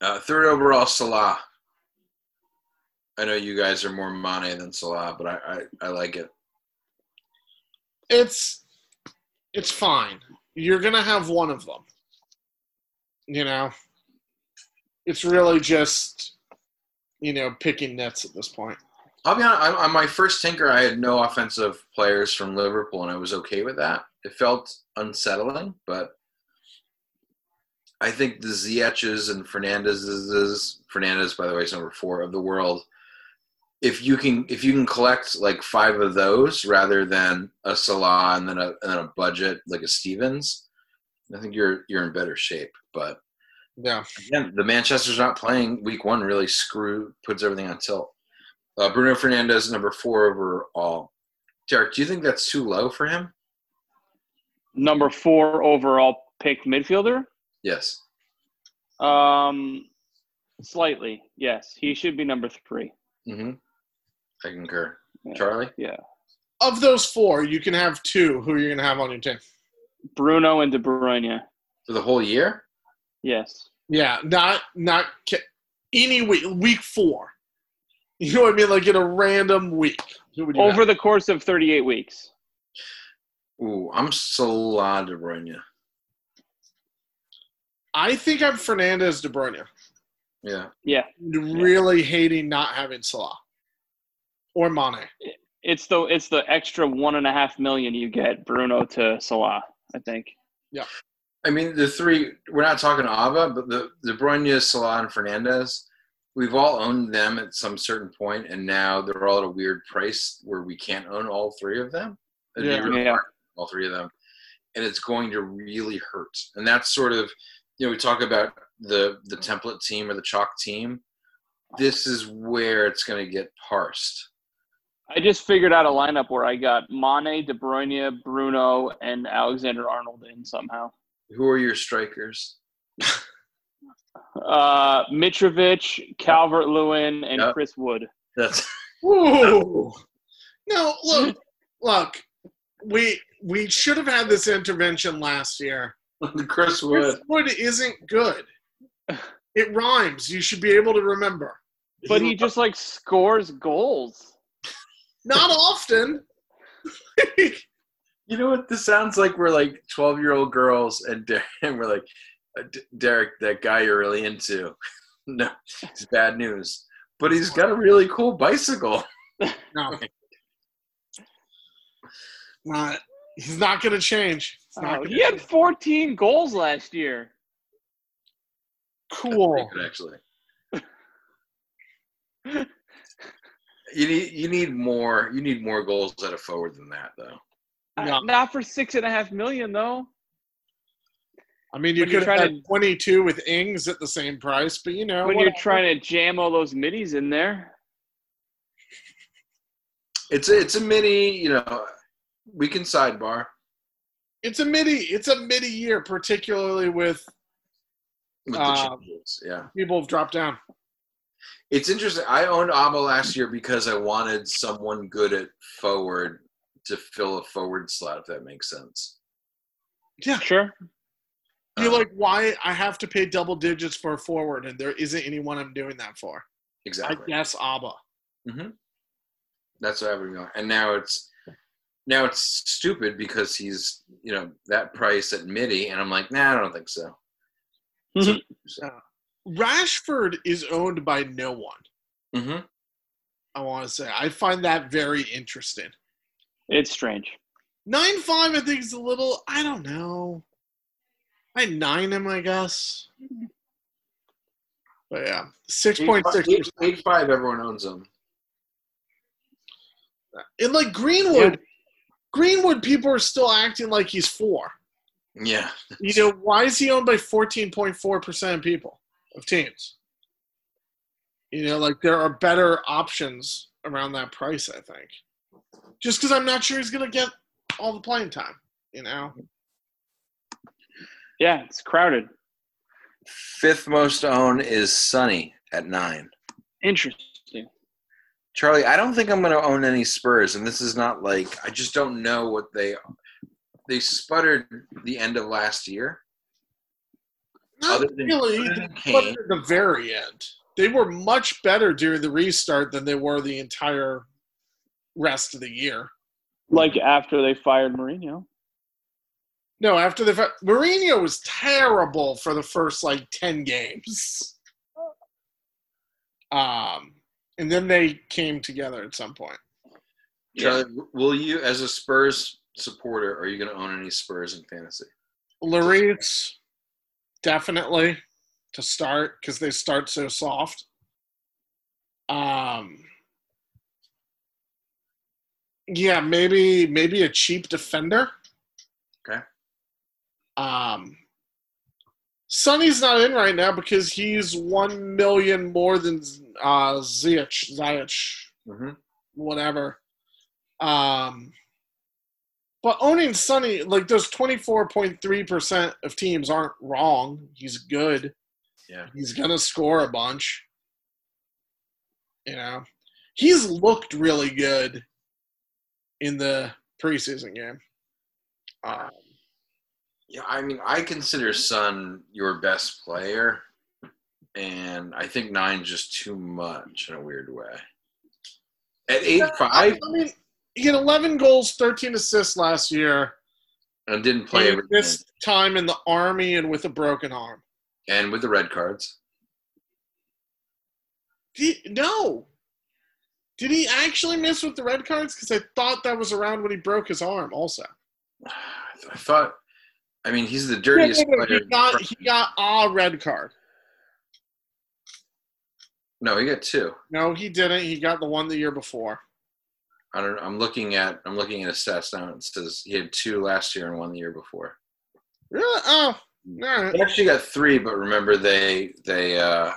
Speaker 1: Uh, third overall, Salah. I know you guys are more Mane than Salah, but I, I, I like it.
Speaker 2: it's it's fine. You're gonna have one of them. You know, it's really just you know picking nets at this point.
Speaker 1: I'll be honest. I, on my first tinker, I had no offensive players from Liverpool, and I was okay with that. It felt unsettling, but I think the Ziyech's and Fernandez's Fernandez, by the way, is number four of the world. If you can, if you can collect like five of those rather than a Salah and then a and then a budget like a Stevens, I think you're you're in better shape. But
Speaker 2: Yeah.
Speaker 1: again, the Manchester's not playing week one really screw puts everything on tilt. Uh, Bruno Fernandez, number four overall. Derek, do you think that's too low for him?
Speaker 3: Number four overall picked midfielder.
Speaker 1: Yes.
Speaker 3: Um, slightly. Yes,
Speaker 2: Hmm.
Speaker 3: he should be number three.
Speaker 1: Mm-hmm. I concur.
Speaker 3: Yeah.
Speaker 1: Charlie?
Speaker 2: Of those four, you can have two. Who you're gonna have on your team?
Speaker 3: Bruno and De Bruyne.
Speaker 1: For the whole year?
Speaker 3: Yes.
Speaker 2: Yeah, not not ca- any week. Week four. You know what I mean? Like in a random week. Who would you
Speaker 3: Over
Speaker 2: have?
Speaker 3: the course of 38 weeks.
Speaker 1: Ooh, I'm Salah De Bruyne.
Speaker 2: I think I'm Fernandez De Bruyne.
Speaker 1: Yeah.
Speaker 2: Really hating not having Salah or Mane.
Speaker 3: It's the it's the extra one and a half million you get Bruno to Salah. I think.
Speaker 1: I mean, the three, we're not talking Ava, but the De Bruyne, Salah, and Fernandez, we've all owned them at some certain point, and now they're all at a weird price where we can't own all three of them. It'd be
Speaker 2: Yeah.
Speaker 1: really
Speaker 3: Yeah.
Speaker 1: hard, all three of them. And it's going to really hurt. And that's sort of, you know, we talk about the, the template team or the chalk team. This is where it's going to get parsed.
Speaker 3: I just figured out a lineup where I got Mane, De Bruyne, Bruno, and Alexander Arnold in somehow.
Speaker 1: Who are your strikers?
Speaker 3: Uh, Mitrovic, Calvert Lewin, and
Speaker 1: Yep.
Speaker 3: Chris Wood.
Speaker 1: That's
Speaker 2: Woo! No, look, look. We we should have had this intervention last year.
Speaker 1: [laughs] Chris
Speaker 2: Chris
Speaker 1: Wood.
Speaker 2: Wood isn't good. It rhymes. You should be able to remember.
Speaker 3: But he just like scores goals.
Speaker 2: Not often. [laughs]
Speaker 1: You know what? This sounds like we're like twelve-year-old girls, and, [laughs] Der- and we're like, "Uh, D- Derek, that guy you're really into. [laughs] no, it's bad news. But he's got a really cool bicycle. [laughs]
Speaker 2: No. [laughs] Not, he's not going to change. It's not
Speaker 3: Oh,
Speaker 2: gonna
Speaker 3: he had 14 goals last year.
Speaker 2: cool.
Speaker 1: Pretty good, actually. you need you need more you need more goals at a forward than that, though.
Speaker 2: Yeah.
Speaker 3: Uh, Not for six and a half million though.
Speaker 2: I mean, you
Speaker 3: When you're
Speaker 2: could have
Speaker 3: trying
Speaker 2: had 22 with Ings at the same price, but you know.
Speaker 3: When you're
Speaker 2: whatever.
Speaker 3: trying to jam all those middies in there.
Speaker 1: It's a, it's a mini. You know, we can sidebar.
Speaker 2: It's a midi. It's a midi year, particularly with
Speaker 1: With the
Speaker 2: Uh,
Speaker 1: changes. yeah,
Speaker 2: people who've dropped down.
Speaker 1: it's interesting. I owned Abba last year because I wanted someone good at forward to fill a forward slot, if that makes sense.
Speaker 2: Yeah.
Speaker 3: Sure.
Speaker 2: You're
Speaker 1: Um,
Speaker 3: Uh.
Speaker 2: like, why I have to pay double digits for a forward, and there isn't anyone I'm doing that for. I
Speaker 1: exactly.
Speaker 2: guess Abba.
Speaker 1: That's what happened. to me. And now it's now it's stupid because he's you know that price at midi, and I'm like, nah, I don't think so.
Speaker 3: Mhm.
Speaker 1: So,
Speaker 2: Rashford is owned by no one.
Speaker 1: hmm
Speaker 2: I want to say I find that very interesting.
Speaker 3: It's strange.
Speaker 2: Nine five, I think is a little. I don't know. I nine him, I guess. But yeah, six point six.
Speaker 1: Eight, eight five. Everyone owns him.
Speaker 2: And like Greenwood, Greenwood people are still acting like he's four.
Speaker 1: Yeah.
Speaker 2: You know, why is he owned by 14.4% of people, of teams? You know, like there are better options around that price, I think. Just because I'm not sure he's going to get all the playing time, you know?
Speaker 3: Yeah, it's crowded.
Speaker 1: Fifth most owned is Sunny at nine.
Speaker 3: Interesting.
Speaker 1: Charlie, I don't think I'm going to own any Spurs, and this is not like I just don't know what they they sputtered the end of last year.
Speaker 2: Not
Speaker 1: Other than-
Speaker 2: really,
Speaker 1: other than
Speaker 2: but
Speaker 1: Kane.
Speaker 2: at the very end. They were much better during the restart than they were the entire rest of the year.
Speaker 3: Like after they fired Mourinho.
Speaker 2: No, after the fact, Mourinho was terrible for the first like ten games. Um, and then they came together at some point.
Speaker 1: Charlie, will you, as a Spurs supporter, are you going to own any Spurs in fantasy?
Speaker 2: Lloris, definitely to start because they start so soft. Um, yeah, maybe maybe a cheap defender.
Speaker 1: Okay.
Speaker 2: Um, Sonny's not in right now because he's one million more than uh, Ziyech. Ziyech
Speaker 1: Mm-hmm.
Speaker 2: whatever. Um, but owning Sonny, like those 24.3% of teams aren't wrong. He's good.
Speaker 1: Yeah.
Speaker 2: He's going to score a bunch. You know, he's looked really good in the preseason game. Um,
Speaker 1: Yeah, I mean, I consider Sun your best player, and I think nine's just too much in a weird way. At eight
Speaker 2: I,
Speaker 1: five,
Speaker 2: I mean, he had 11 goals, 13 assists last year.
Speaker 1: and didn't play
Speaker 2: Played
Speaker 1: every game,
Speaker 2: this time in the Army and with a broken arm.
Speaker 1: and with the red cards.
Speaker 2: Did, no. Did he actually miss with the red cards? Because I thought that was around when he broke his arm. Also,
Speaker 1: I th- [sighs] I thought, I mean, he's the
Speaker 2: No,
Speaker 1: dirtiest
Speaker 2: no, no,
Speaker 1: player.
Speaker 2: he got he got a red card.
Speaker 1: [laughs] no, he got two.
Speaker 2: No, he didn't. He got the one the year before.
Speaker 1: I don't. I'm looking at. I'm looking at his stats now. It says he had two last year and one the year before.
Speaker 2: Really? Oh, all right.
Speaker 1: He actually got three, but remember they they uh,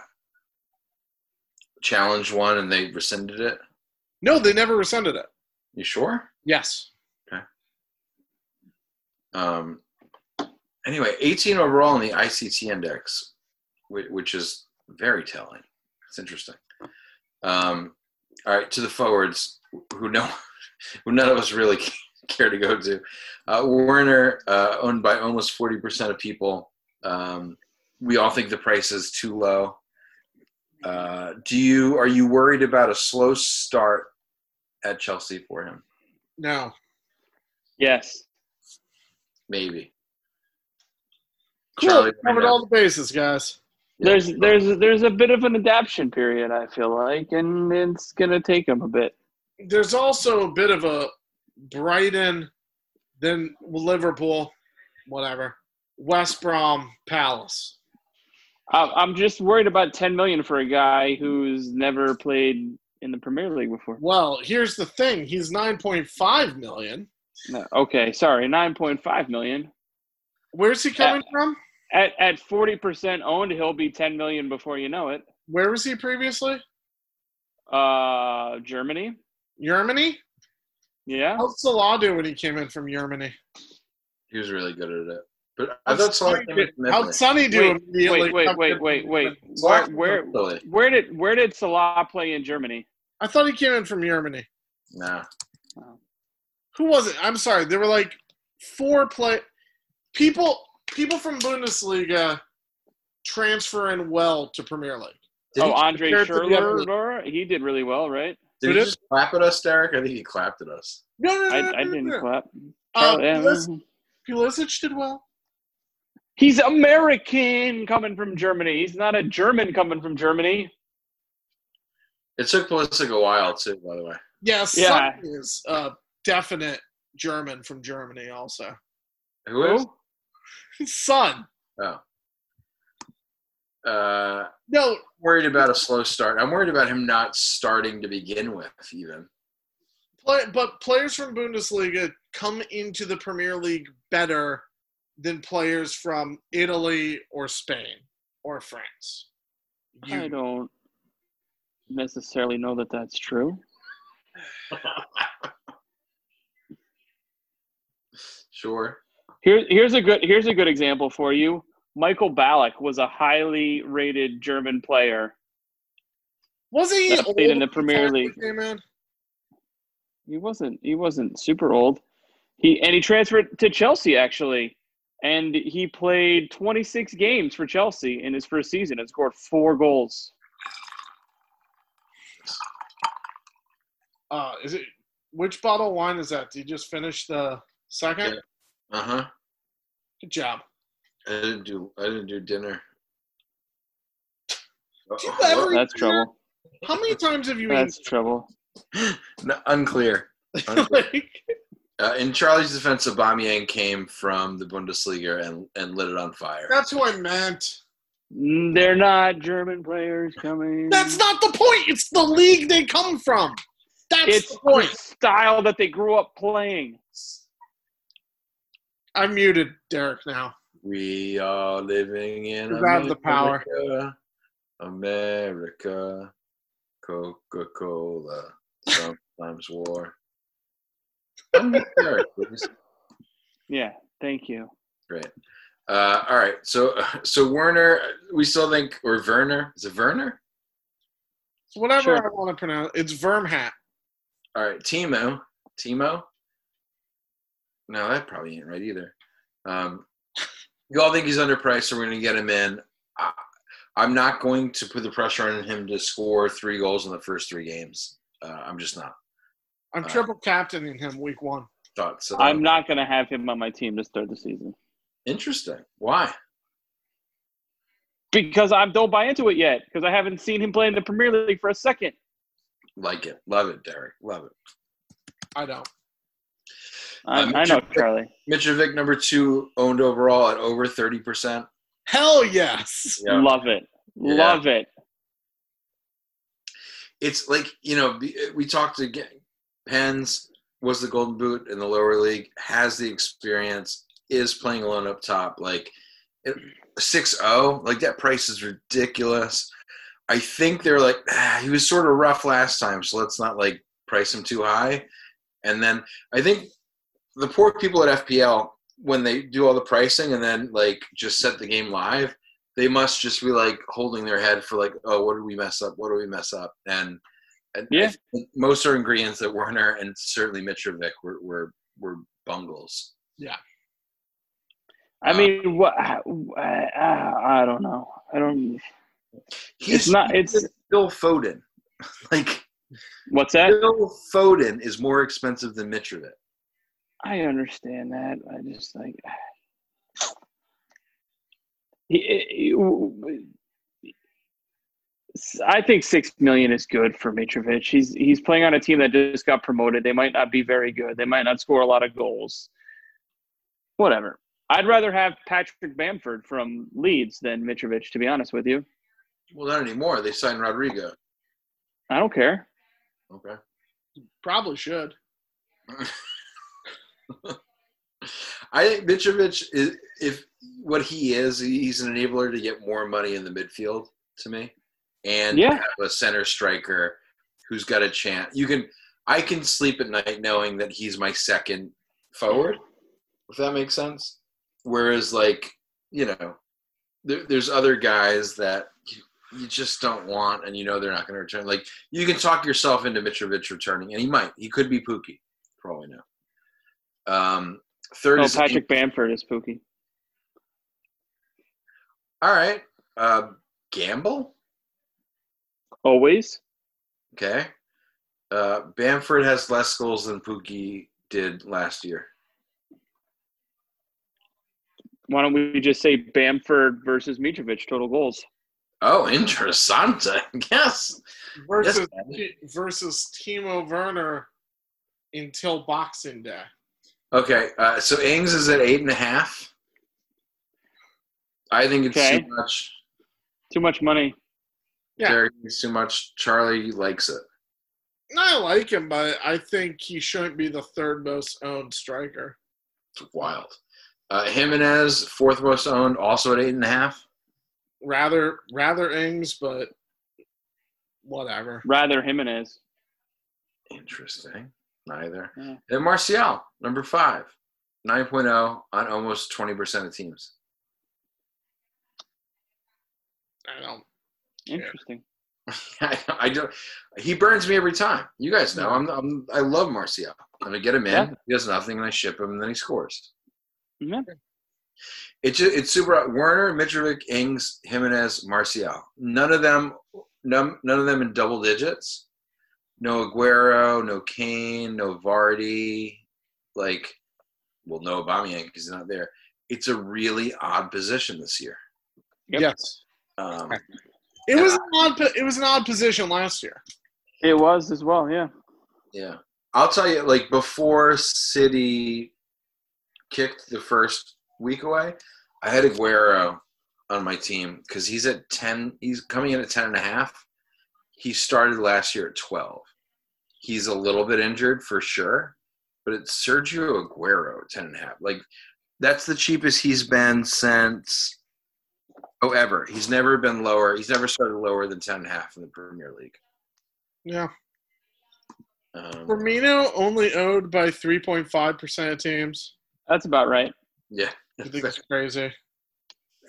Speaker 1: challenged one and they rescinded it.
Speaker 2: No, they never rescinded it.
Speaker 1: You sure?
Speaker 2: Yes.
Speaker 1: Um, anyway, 18 overall in the ICT index, which, which is very telling. It's interesting. Um, all right, to the forwards, who no, [laughs] who none of us really [laughs] care to go to. Uh, Werner, uh, owned by almost 40% of people. Um, we all think the price is too low. Uh, do you are you worried about a slow start at Chelsea for him?
Speaker 2: No.
Speaker 3: Yes.
Speaker 1: Maybe.
Speaker 2: Cool.
Speaker 1: Charlie,
Speaker 2: Covered
Speaker 1: I know.
Speaker 2: all the bases, guys.
Speaker 1: Yeah.
Speaker 3: There's there's there's a bit of an adaption period, I feel like, and it's gonna take him a bit.
Speaker 2: There's also a bit of a Brighton, then Liverpool, whatever, West Brom, Palace.
Speaker 3: I- I'm just worried about 10 million for a guy who's never played in the Premier League before.
Speaker 2: Well, here's the thing. He's 9.5 million.
Speaker 3: No, okay, sorry, 9.5 million.
Speaker 2: Where's he coming from?
Speaker 3: At at 40% owned, he'll be 10 million before you know it.
Speaker 2: Where was he previously?
Speaker 3: Uh, Germany.
Speaker 2: Germany?
Speaker 3: Yeah.
Speaker 2: How'd Salah do when he came in from Germany?
Speaker 1: He was really good at it. But I thought Salah came in from Italy.
Speaker 2: How'd Sonny do
Speaker 3: Wait,
Speaker 2: immediately?
Speaker 3: wait, wait, wait, wait, wait. Where, where
Speaker 1: Italy.
Speaker 3: where did where did Salah play in Germany?
Speaker 2: I thought he came in from Germany.
Speaker 1: Nah.
Speaker 2: Who was it? I'm sorry. There were like four play people people from Bundesliga transfer in well to Premier League.
Speaker 1: Did,
Speaker 3: oh,
Speaker 1: he,
Speaker 3: Andre
Speaker 2: compared to the other-
Speaker 3: Schürrle. He did really well, right?
Speaker 1: did he
Speaker 2: did-
Speaker 1: just clap at us, Derek? I think he clapped at us.
Speaker 2: No, no, no.
Speaker 3: I,
Speaker 2: no,
Speaker 3: I
Speaker 2: no,
Speaker 3: didn't
Speaker 2: no.
Speaker 3: clap.
Speaker 2: Uh,
Speaker 3: Charlie-
Speaker 2: Pulis- Pulisic did well.
Speaker 3: He's American coming from Germany. He's not a German coming from Germany.
Speaker 1: It took Pulisic a while too, by the way.
Speaker 2: Yes, yeah,
Speaker 3: Yeah.
Speaker 2: Sonny is a definite German from Germany also. [laughs]
Speaker 1: Who is?
Speaker 2: Son.
Speaker 1: Uh,
Speaker 2: No,
Speaker 1: worried about a slow start. I'm worried about him not starting to begin with, even.
Speaker 2: Play, but players from Bundesliga come into the Premier League better than players from Italy or Spain or France.
Speaker 3: I
Speaker 2: You,
Speaker 3: don't necessarily know that that's true.
Speaker 1: Sure.
Speaker 3: Here, here's a good here's a good example for you. Michael Ballack was a highly rated German player.
Speaker 2: wasn't he
Speaker 3: That
Speaker 2: old
Speaker 3: played in the
Speaker 2: at
Speaker 3: Premier
Speaker 2: time he
Speaker 3: League.
Speaker 2: came in?
Speaker 3: He wasn't he wasn't super old. He and he transferred to Chelsea actually, and he played 26 games for Chelsea in his first season and scored four goals.
Speaker 2: Uh, is it which bottle of wine is that? Did you just finish the second?
Speaker 1: Yeah. Uh huh.
Speaker 2: Good job.
Speaker 1: I didn't do. I didn't do dinner.
Speaker 2: Do you
Speaker 1: Uh-oh.
Speaker 2: ever-
Speaker 3: That's trouble.
Speaker 2: How many times have you
Speaker 3: That's trouble.
Speaker 1: No, unclear.
Speaker 2: eaten? [laughs]
Speaker 1: unclear.
Speaker 2: like,
Speaker 1: uh, in Charlie's defense, Aubameyang came from the Bundesliga and and lit it on fire.
Speaker 2: that's who I meant.
Speaker 3: Mm, They're not German players coming.
Speaker 2: That's not the point. It's the league they come from. That's
Speaker 3: it's
Speaker 2: the point.
Speaker 3: the style that they grew up playing.
Speaker 2: I'm muted, Derek. Now
Speaker 1: We are living in
Speaker 2: You have the power.
Speaker 1: America, America, Coca Cola, sometimes war. I'm with Derek, please.
Speaker 3: Yeah, thank you.
Speaker 1: Great. Uh, all right. So, so Werner, we still think, or Werner? Is it Werner?
Speaker 2: it's whatever
Speaker 3: Sure.
Speaker 2: I want to pronounce. It's Vermhat.
Speaker 1: All right. Timo. Timo? No, that probably ain't right either. Um, you all think he's underpriced, so we're going to get him in. I, I'm not going to put the pressure on him to score three goals in the first three games. Uh, I'm just not.
Speaker 2: I'm
Speaker 1: Uh,
Speaker 2: triple captaining him week one.
Speaker 1: Thought so.
Speaker 3: I'm not going to have him on my team to start the season
Speaker 1: Interesting. Why?
Speaker 3: because I don't buy into it yet because I haven't seen him play in the Premier League for a second.
Speaker 1: Like it. Love it, Derek. Love it.
Speaker 2: I don't.
Speaker 3: I,
Speaker 1: Um,
Speaker 3: I
Speaker 1: [laughs]
Speaker 3: know, Charlie.
Speaker 1: Mitrovic, number two, owned overall at over 30%.
Speaker 2: Hell yes.
Speaker 1: Yeah.
Speaker 3: Love it.
Speaker 1: Yeah.
Speaker 3: Love it.
Speaker 1: it's like you know be- we talked again. Pens was the golden boot in the lower league. Has the experience. Is playing alone up top. Like six zero. Like that price is ridiculous. I think they're like [sighs] ah, he was sort of rough last time, so let's not like price him too high. And then I think the poor people at FPL when they do all the pricing and then like just set the game live, they must just be like holding their head for like, oh, what did we mess up? What did we mess up? And, and
Speaker 3: Yeah.
Speaker 1: I think most are ingredients that Werner and certainly Mitrovic were were, were bungles.
Speaker 3: I
Speaker 1: Uh,
Speaker 3: mean, what? I, I I don't know. I don't.
Speaker 1: He's
Speaker 3: It's not. It's
Speaker 1: Phil Foden. [laughs] Like
Speaker 3: what's that?
Speaker 1: Phil Foden is more expensive than Mitrovic.
Speaker 3: I understand that. I just like [sighs] He- he- I think six million is good for Mitrovic. He's he's playing on a team that just got promoted. They might not be very good. They might not score a lot of goals. Whatever. I'd rather have Patrick Bamford from Leeds than Mitrovic, to be honest with you.
Speaker 1: Well, not anymore. They signed Rodrigo.
Speaker 3: I don't care.
Speaker 1: Okay.
Speaker 2: Probably should.
Speaker 1: I think Mitrovic is if what he is, he's an enabler to get more money in the midfield to me, and
Speaker 3: Yeah.
Speaker 1: have a center striker who's got a chance. You can, I can sleep at night knowing that he's my second forward, if that makes sense. Whereas, like you know, there, there's other guys that you, you just don't want, and you know they're not going to return. Like you can talk yourself into Mitrovic returning, and he might. He could be Pookie, for all we know. Um, third
Speaker 3: Oh,
Speaker 1: is
Speaker 3: Patrick Bamford is spooky.
Speaker 1: all right. Uh, Gamble,
Speaker 3: Always.
Speaker 1: okay. Uh, Bamford has less goals than Pookie did last year.
Speaker 3: Why don't we just say Bamford versus Mitrovic total goals?
Speaker 1: Oh, interessante. [laughs] Yes. yes
Speaker 2: Versus
Speaker 1: man.
Speaker 2: versus Timo Werner until Boxing Day.
Speaker 1: okay. Uh, so Ings is at eight and a half. I think it's
Speaker 3: Okay.
Speaker 1: too much.
Speaker 3: Too much money.
Speaker 2: Yeah.
Speaker 1: Derek thinks too much. Charlie likes it.
Speaker 2: I like him, but I think he shouldn't be the third most owned striker.
Speaker 1: It's wild. Uh, Jimenez, fourth most owned, also at eight and a half.
Speaker 2: Rather, rather Ings, but whatever.
Speaker 3: Rather Jimenez.
Speaker 1: Interesting. Neither.
Speaker 3: Yeah.
Speaker 1: And Martial, number five, 9.0 on almost 20% of teams.
Speaker 2: I don't.
Speaker 3: Interesting.
Speaker 1: [laughs] I, I don't. He burns me every time. You guys know. I'm, I'm. I love Martial. I'm gonna get him in.
Speaker 3: Yeah.
Speaker 1: He does nothing, and I ship him, and then he scores.
Speaker 3: Yeah.
Speaker 1: It's ju- it's super. Werner, Mitrovic, Ings, Jimenez, Martial. None of them, none, none of them in double digits. No Aguero, no Kane, no Vardy. Like, well, no Aubameyang because he's not there. It's a really odd position this year.
Speaker 3: Yep.
Speaker 2: Yes,
Speaker 1: Um,
Speaker 2: it was an odd. po- It was an odd position last year.
Speaker 3: It was as well, yeah.
Speaker 1: Yeah. I'll tell you, like, before City kicked the first week away, I had Aguero on my team because he's at 10. He's coming in at 10 and a half. He started last year at 12. He's a little bit injured for sure, but it's Sergio Aguero at 10 and a half. Like, that's the cheapest he's been since, oh, ever. He's never been lower. He's never started lower than 10 and a half in the Premier League.
Speaker 2: Yeah,
Speaker 1: Um,
Speaker 2: Firmino only owed by three point five percent of teams.
Speaker 3: That's about right.
Speaker 1: yeah.
Speaker 2: I think [laughs] it's crazy.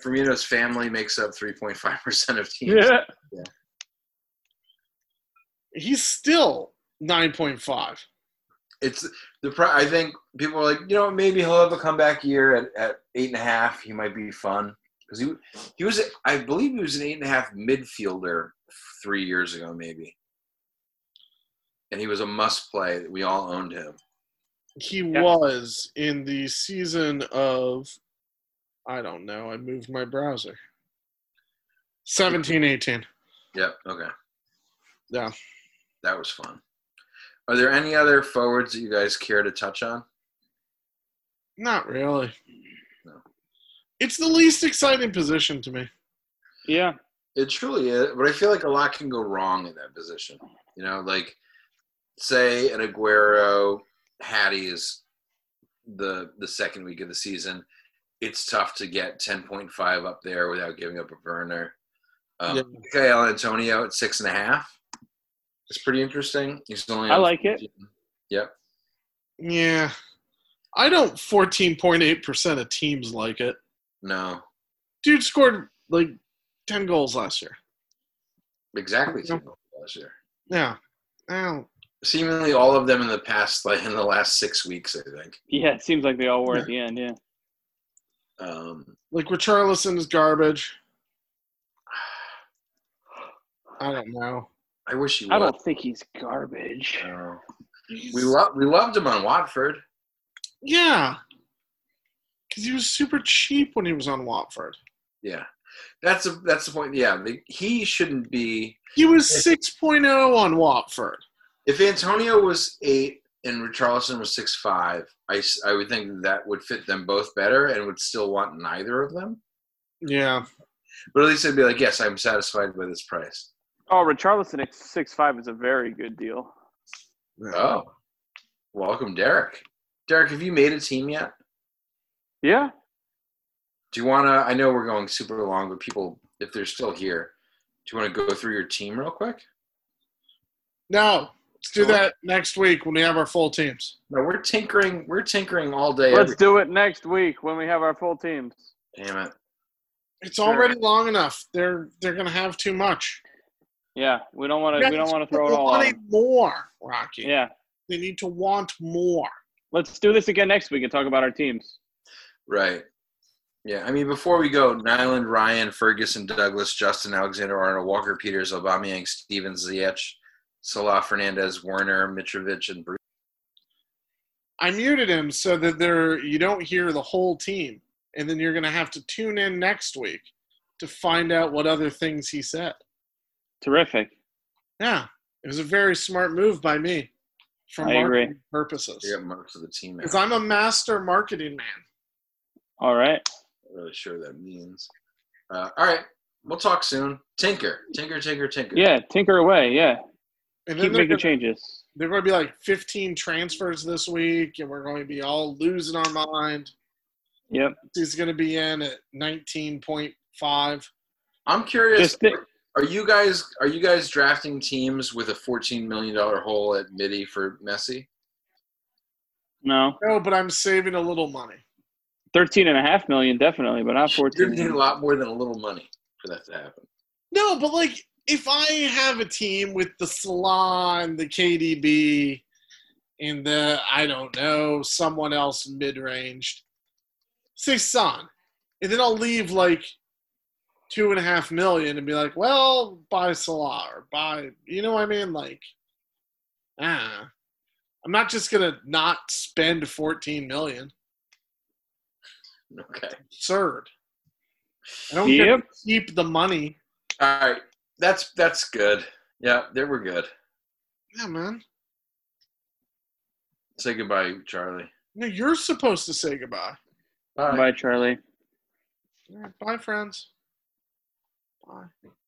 Speaker 1: Firmino's family makes up 3.5% of teams.
Speaker 3: Yeah.
Speaker 2: He's still nine point five.
Speaker 1: It's the pro- I think people are like, you know, maybe he'll have a comeback year at, at eight and a half. He might be fun because he he was I believe he was an eight and a half midfielder three years ago, maybe. And he was a must play. We all owned him.
Speaker 2: He
Speaker 3: Yeah.
Speaker 2: was in the season of, I don't know. I moved my browser. 17, 18.
Speaker 1: Yep. Okay.
Speaker 2: Yeah.
Speaker 1: That was fun. Are there any other forwards that you guys care to touch on?
Speaker 2: Not really.
Speaker 1: No.
Speaker 2: It's the least exciting position to me.
Speaker 3: [laughs] Yeah.
Speaker 1: It truly is, but I feel like a lot can go wrong in that position. You know, like say an Aguero Hattie is the the second week of the season. It's tough to get ten point five up there without giving up a burner. Um,
Speaker 2: Yeah.
Speaker 1: Mikael Antonio at six and a half. It's pretty interesting. He's only
Speaker 3: I
Speaker 1: on
Speaker 3: like it.
Speaker 1: 14. Yep.
Speaker 2: Yeah. I don't 14.8% of teams like it.
Speaker 1: No.
Speaker 2: Dude scored like 10 goals last year.
Speaker 1: Exactly.
Speaker 2: No.
Speaker 1: Last year.
Speaker 2: Yeah. Now,
Speaker 1: Seemingly all of them in the past, like in the last six weeks, I think.
Speaker 3: Yeah, it seems like they all were at the end, yeah.
Speaker 1: Um,
Speaker 2: like Richarlison is garbage. I don't know.
Speaker 1: I wish you.
Speaker 3: I
Speaker 1: would.
Speaker 3: don't think he's garbage.
Speaker 1: I don't know. We
Speaker 2: He's-
Speaker 1: lo- we loved him on Watford.
Speaker 2: yeah. Because he was super cheap when he was on Watford.
Speaker 1: Yeah, that's a, that's the point. Yeah, the, he shouldn't be.
Speaker 2: He was 6.0 on Watford.
Speaker 1: If Antonio was eight and Richarlison was six five, I s- I would think that would fit them both better and would still want neither of them.
Speaker 2: Yeah.
Speaker 1: But at least I'd be like, yes, I'm satisfied by this price.
Speaker 3: Oh, Richarlison at six five is a very good deal.
Speaker 1: Oh, welcome, Derek. Derek, have you made a team yet?
Speaker 3: Yeah.
Speaker 1: Do you wanna? I know we're going super long, but people, if they're still here, do you want to go through your team real quick?
Speaker 2: No, let's do that next week when we have our full teams.
Speaker 1: No, we're tinkering. We're tinkering all day.
Speaker 3: Let's
Speaker 1: Every,
Speaker 3: do it next week when we have our full teams.
Speaker 1: damn it.
Speaker 2: It's already long enough. They're they're gonna have too much.
Speaker 3: Yeah. We don't wanna we don't wanna throw it all
Speaker 2: They
Speaker 3: on.
Speaker 2: need more, Rocky.
Speaker 3: Yeah.
Speaker 2: They need to want more.
Speaker 3: Let's do this again next week and talk about our teams.
Speaker 1: Right. Yeah, I mean, before we go, Nyland, Ryan, Ferguson, Douglas, Justin, Alexander, Arnold, Walker, Peters, Aubameyang, Stevens, Ziyech, Salah, Fernandez, Werner, Mitrovic, and Bruce.
Speaker 2: I muted him so that there you don't hear the whole team, and then you're gonna have to tune in next week to find out what other things he said.
Speaker 3: Terrific.
Speaker 2: Yeah, it was a very smart move by me, for
Speaker 3: I agree.
Speaker 2: marketing purposes.
Speaker 1: They got most of the team.
Speaker 2: Because
Speaker 1: out.
Speaker 2: I'm a master marketing man.
Speaker 3: All right.
Speaker 1: I'm not really sure what that means. Uh, all right, we'll talk soon. Tinker, tinker, tinker, tinker.
Speaker 3: Yeah, tinker away, yeah.
Speaker 2: And
Speaker 3: Keep
Speaker 2: then they're
Speaker 3: making
Speaker 2: gonna,
Speaker 3: changes.
Speaker 2: they're going to be like 15 transfers this week, and we're going to be all losing our mind.
Speaker 3: Yep.
Speaker 2: He's going to be in at 19.5.
Speaker 1: I'm curious.
Speaker 3: Just thi-
Speaker 1: are you guys are you guys drafting teams with a 14 million dollar hole at midi for Messi?
Speaker 3: No.
Speaker 2: No, but I'm saving a little money.
Speaker 3: 13 and a half million, definitely, but not
Speaker 1: You're
Speaker 3: 14.
Speaker 1: getting a lot more than a little money for that to happen. [laughs]
Speaker 2: No, but like if I have a team with the Salon, the KDB, and the I don't know someone else mid range, say Son, and then I'll leave like two and a half million and be like, well, buy Salah or buy, you know what I mean? Like, ah, I'm not just gonna not spend 14 million.
Speaker 1: Okay.
Speaker 2: Absurd. I don't get to
Speaker 3: Yep.
Speaker 2: keep the money.
Speaker 1: All right. That's that's good. Yeah, there we're good.
Speaker 2: Yeah, man.
Speaker 1: Say goodbye, Charlie.
Speaker 2: No, you're supposed to say goodbye.
Speaker 3: Bye, Charlie.
Speaker 2: All right, bye, friends. Bye.